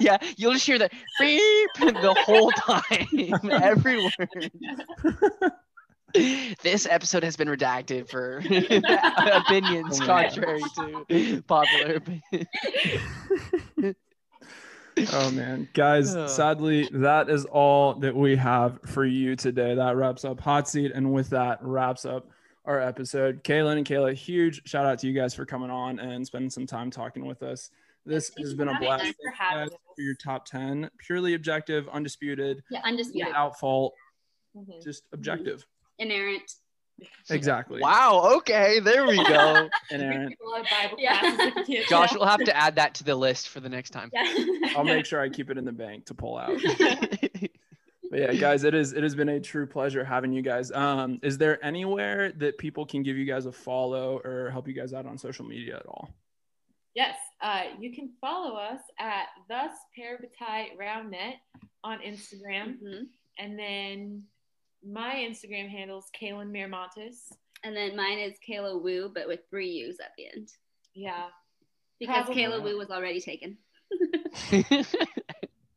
A: yeah, you'll just hear that beep the whole time. Every word. this episode has been redacted for opinions
B: Oh my gosh.
A: contrary to popular opinion.
B: Oh man, guys,
A: Ugh.
B: sadly, that is all that we have for you today. That wraps up Hot Seat, and with that wraps up our episode. Kaylin and Kayla, huge shout out to you guys for coming on and spending some time talking with us. This
D: Thank
B: has
D: you
B: been
D: for
B: a
D: having
B: blast.
D: us, for
B: Thank you
D: having
B: guys
D: us.
B: for your top ten, purely objective, undisputed,
C: Yeah, undisputed.
B: without fault,
D: Mhm.
B: just objective.
C: Inerrant.
B: Exactly.
A: Wow, okay, there we go.
B: And Aaron,
D: People at Bible
C: Yeah.
D: classes if you can't
A: Josh,
D: tell.
A: we'll have to add that to the list for the next time.
C: Yeah.
B: I'll make sure I keep it in the bank to pull out. But yeah, guys, it is it has been a true pleasure having you guys. Um, is there anywhere that people can give you guys a follow or help you guys out on social media at all?
D: Yes, uh, you can follow us at Thus Parabatai Roundnet on Instagram,
C: Mhm.
D: and then my Instagram handle is Kaylin Miramontes,
C: And then mine is Kayla Wu, but with three U's at the end
D: Yeah.
C: because
D: Probably
C: Kayla
B: not.
C: Wu was already taken.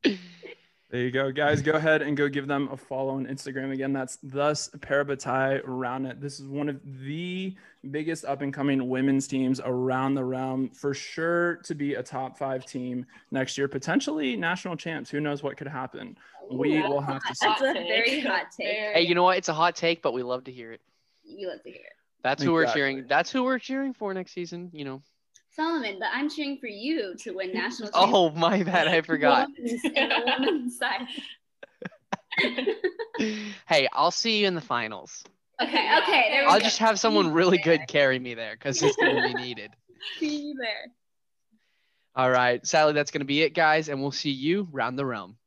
B: There you go, guys. Go ahead and go give them a follow on Instagram. Again, that's thus Parabatai Round It. This is one of the biggest up and coming women's teams around the realm, for sure to be a top five team next year, potentially national champs. Who knows what could happen? We
D: Ooh,
B: will have to see.
C: That's a very hot take.
A: hey, you know what? It's a hot take, but we love to hear it.
C: You love to hear. it.
A: That's who we're
B: Exactly.
A: cheering. That's who we're cheering for next season. You know.
C: Solomon, but I'm cheering for you to win national.
A: Oh my bad, I forgot.
C: championships in the women's side.
A: hey, I'll see you in the finals.
C: Okay, okay, there we
A: I'll
C: go.
A: just have someone really good carry me there because it's gonna be needed.
C: See you there.
A: All right, Sally, that's gonna be it, guys, and we'll see you round the realm.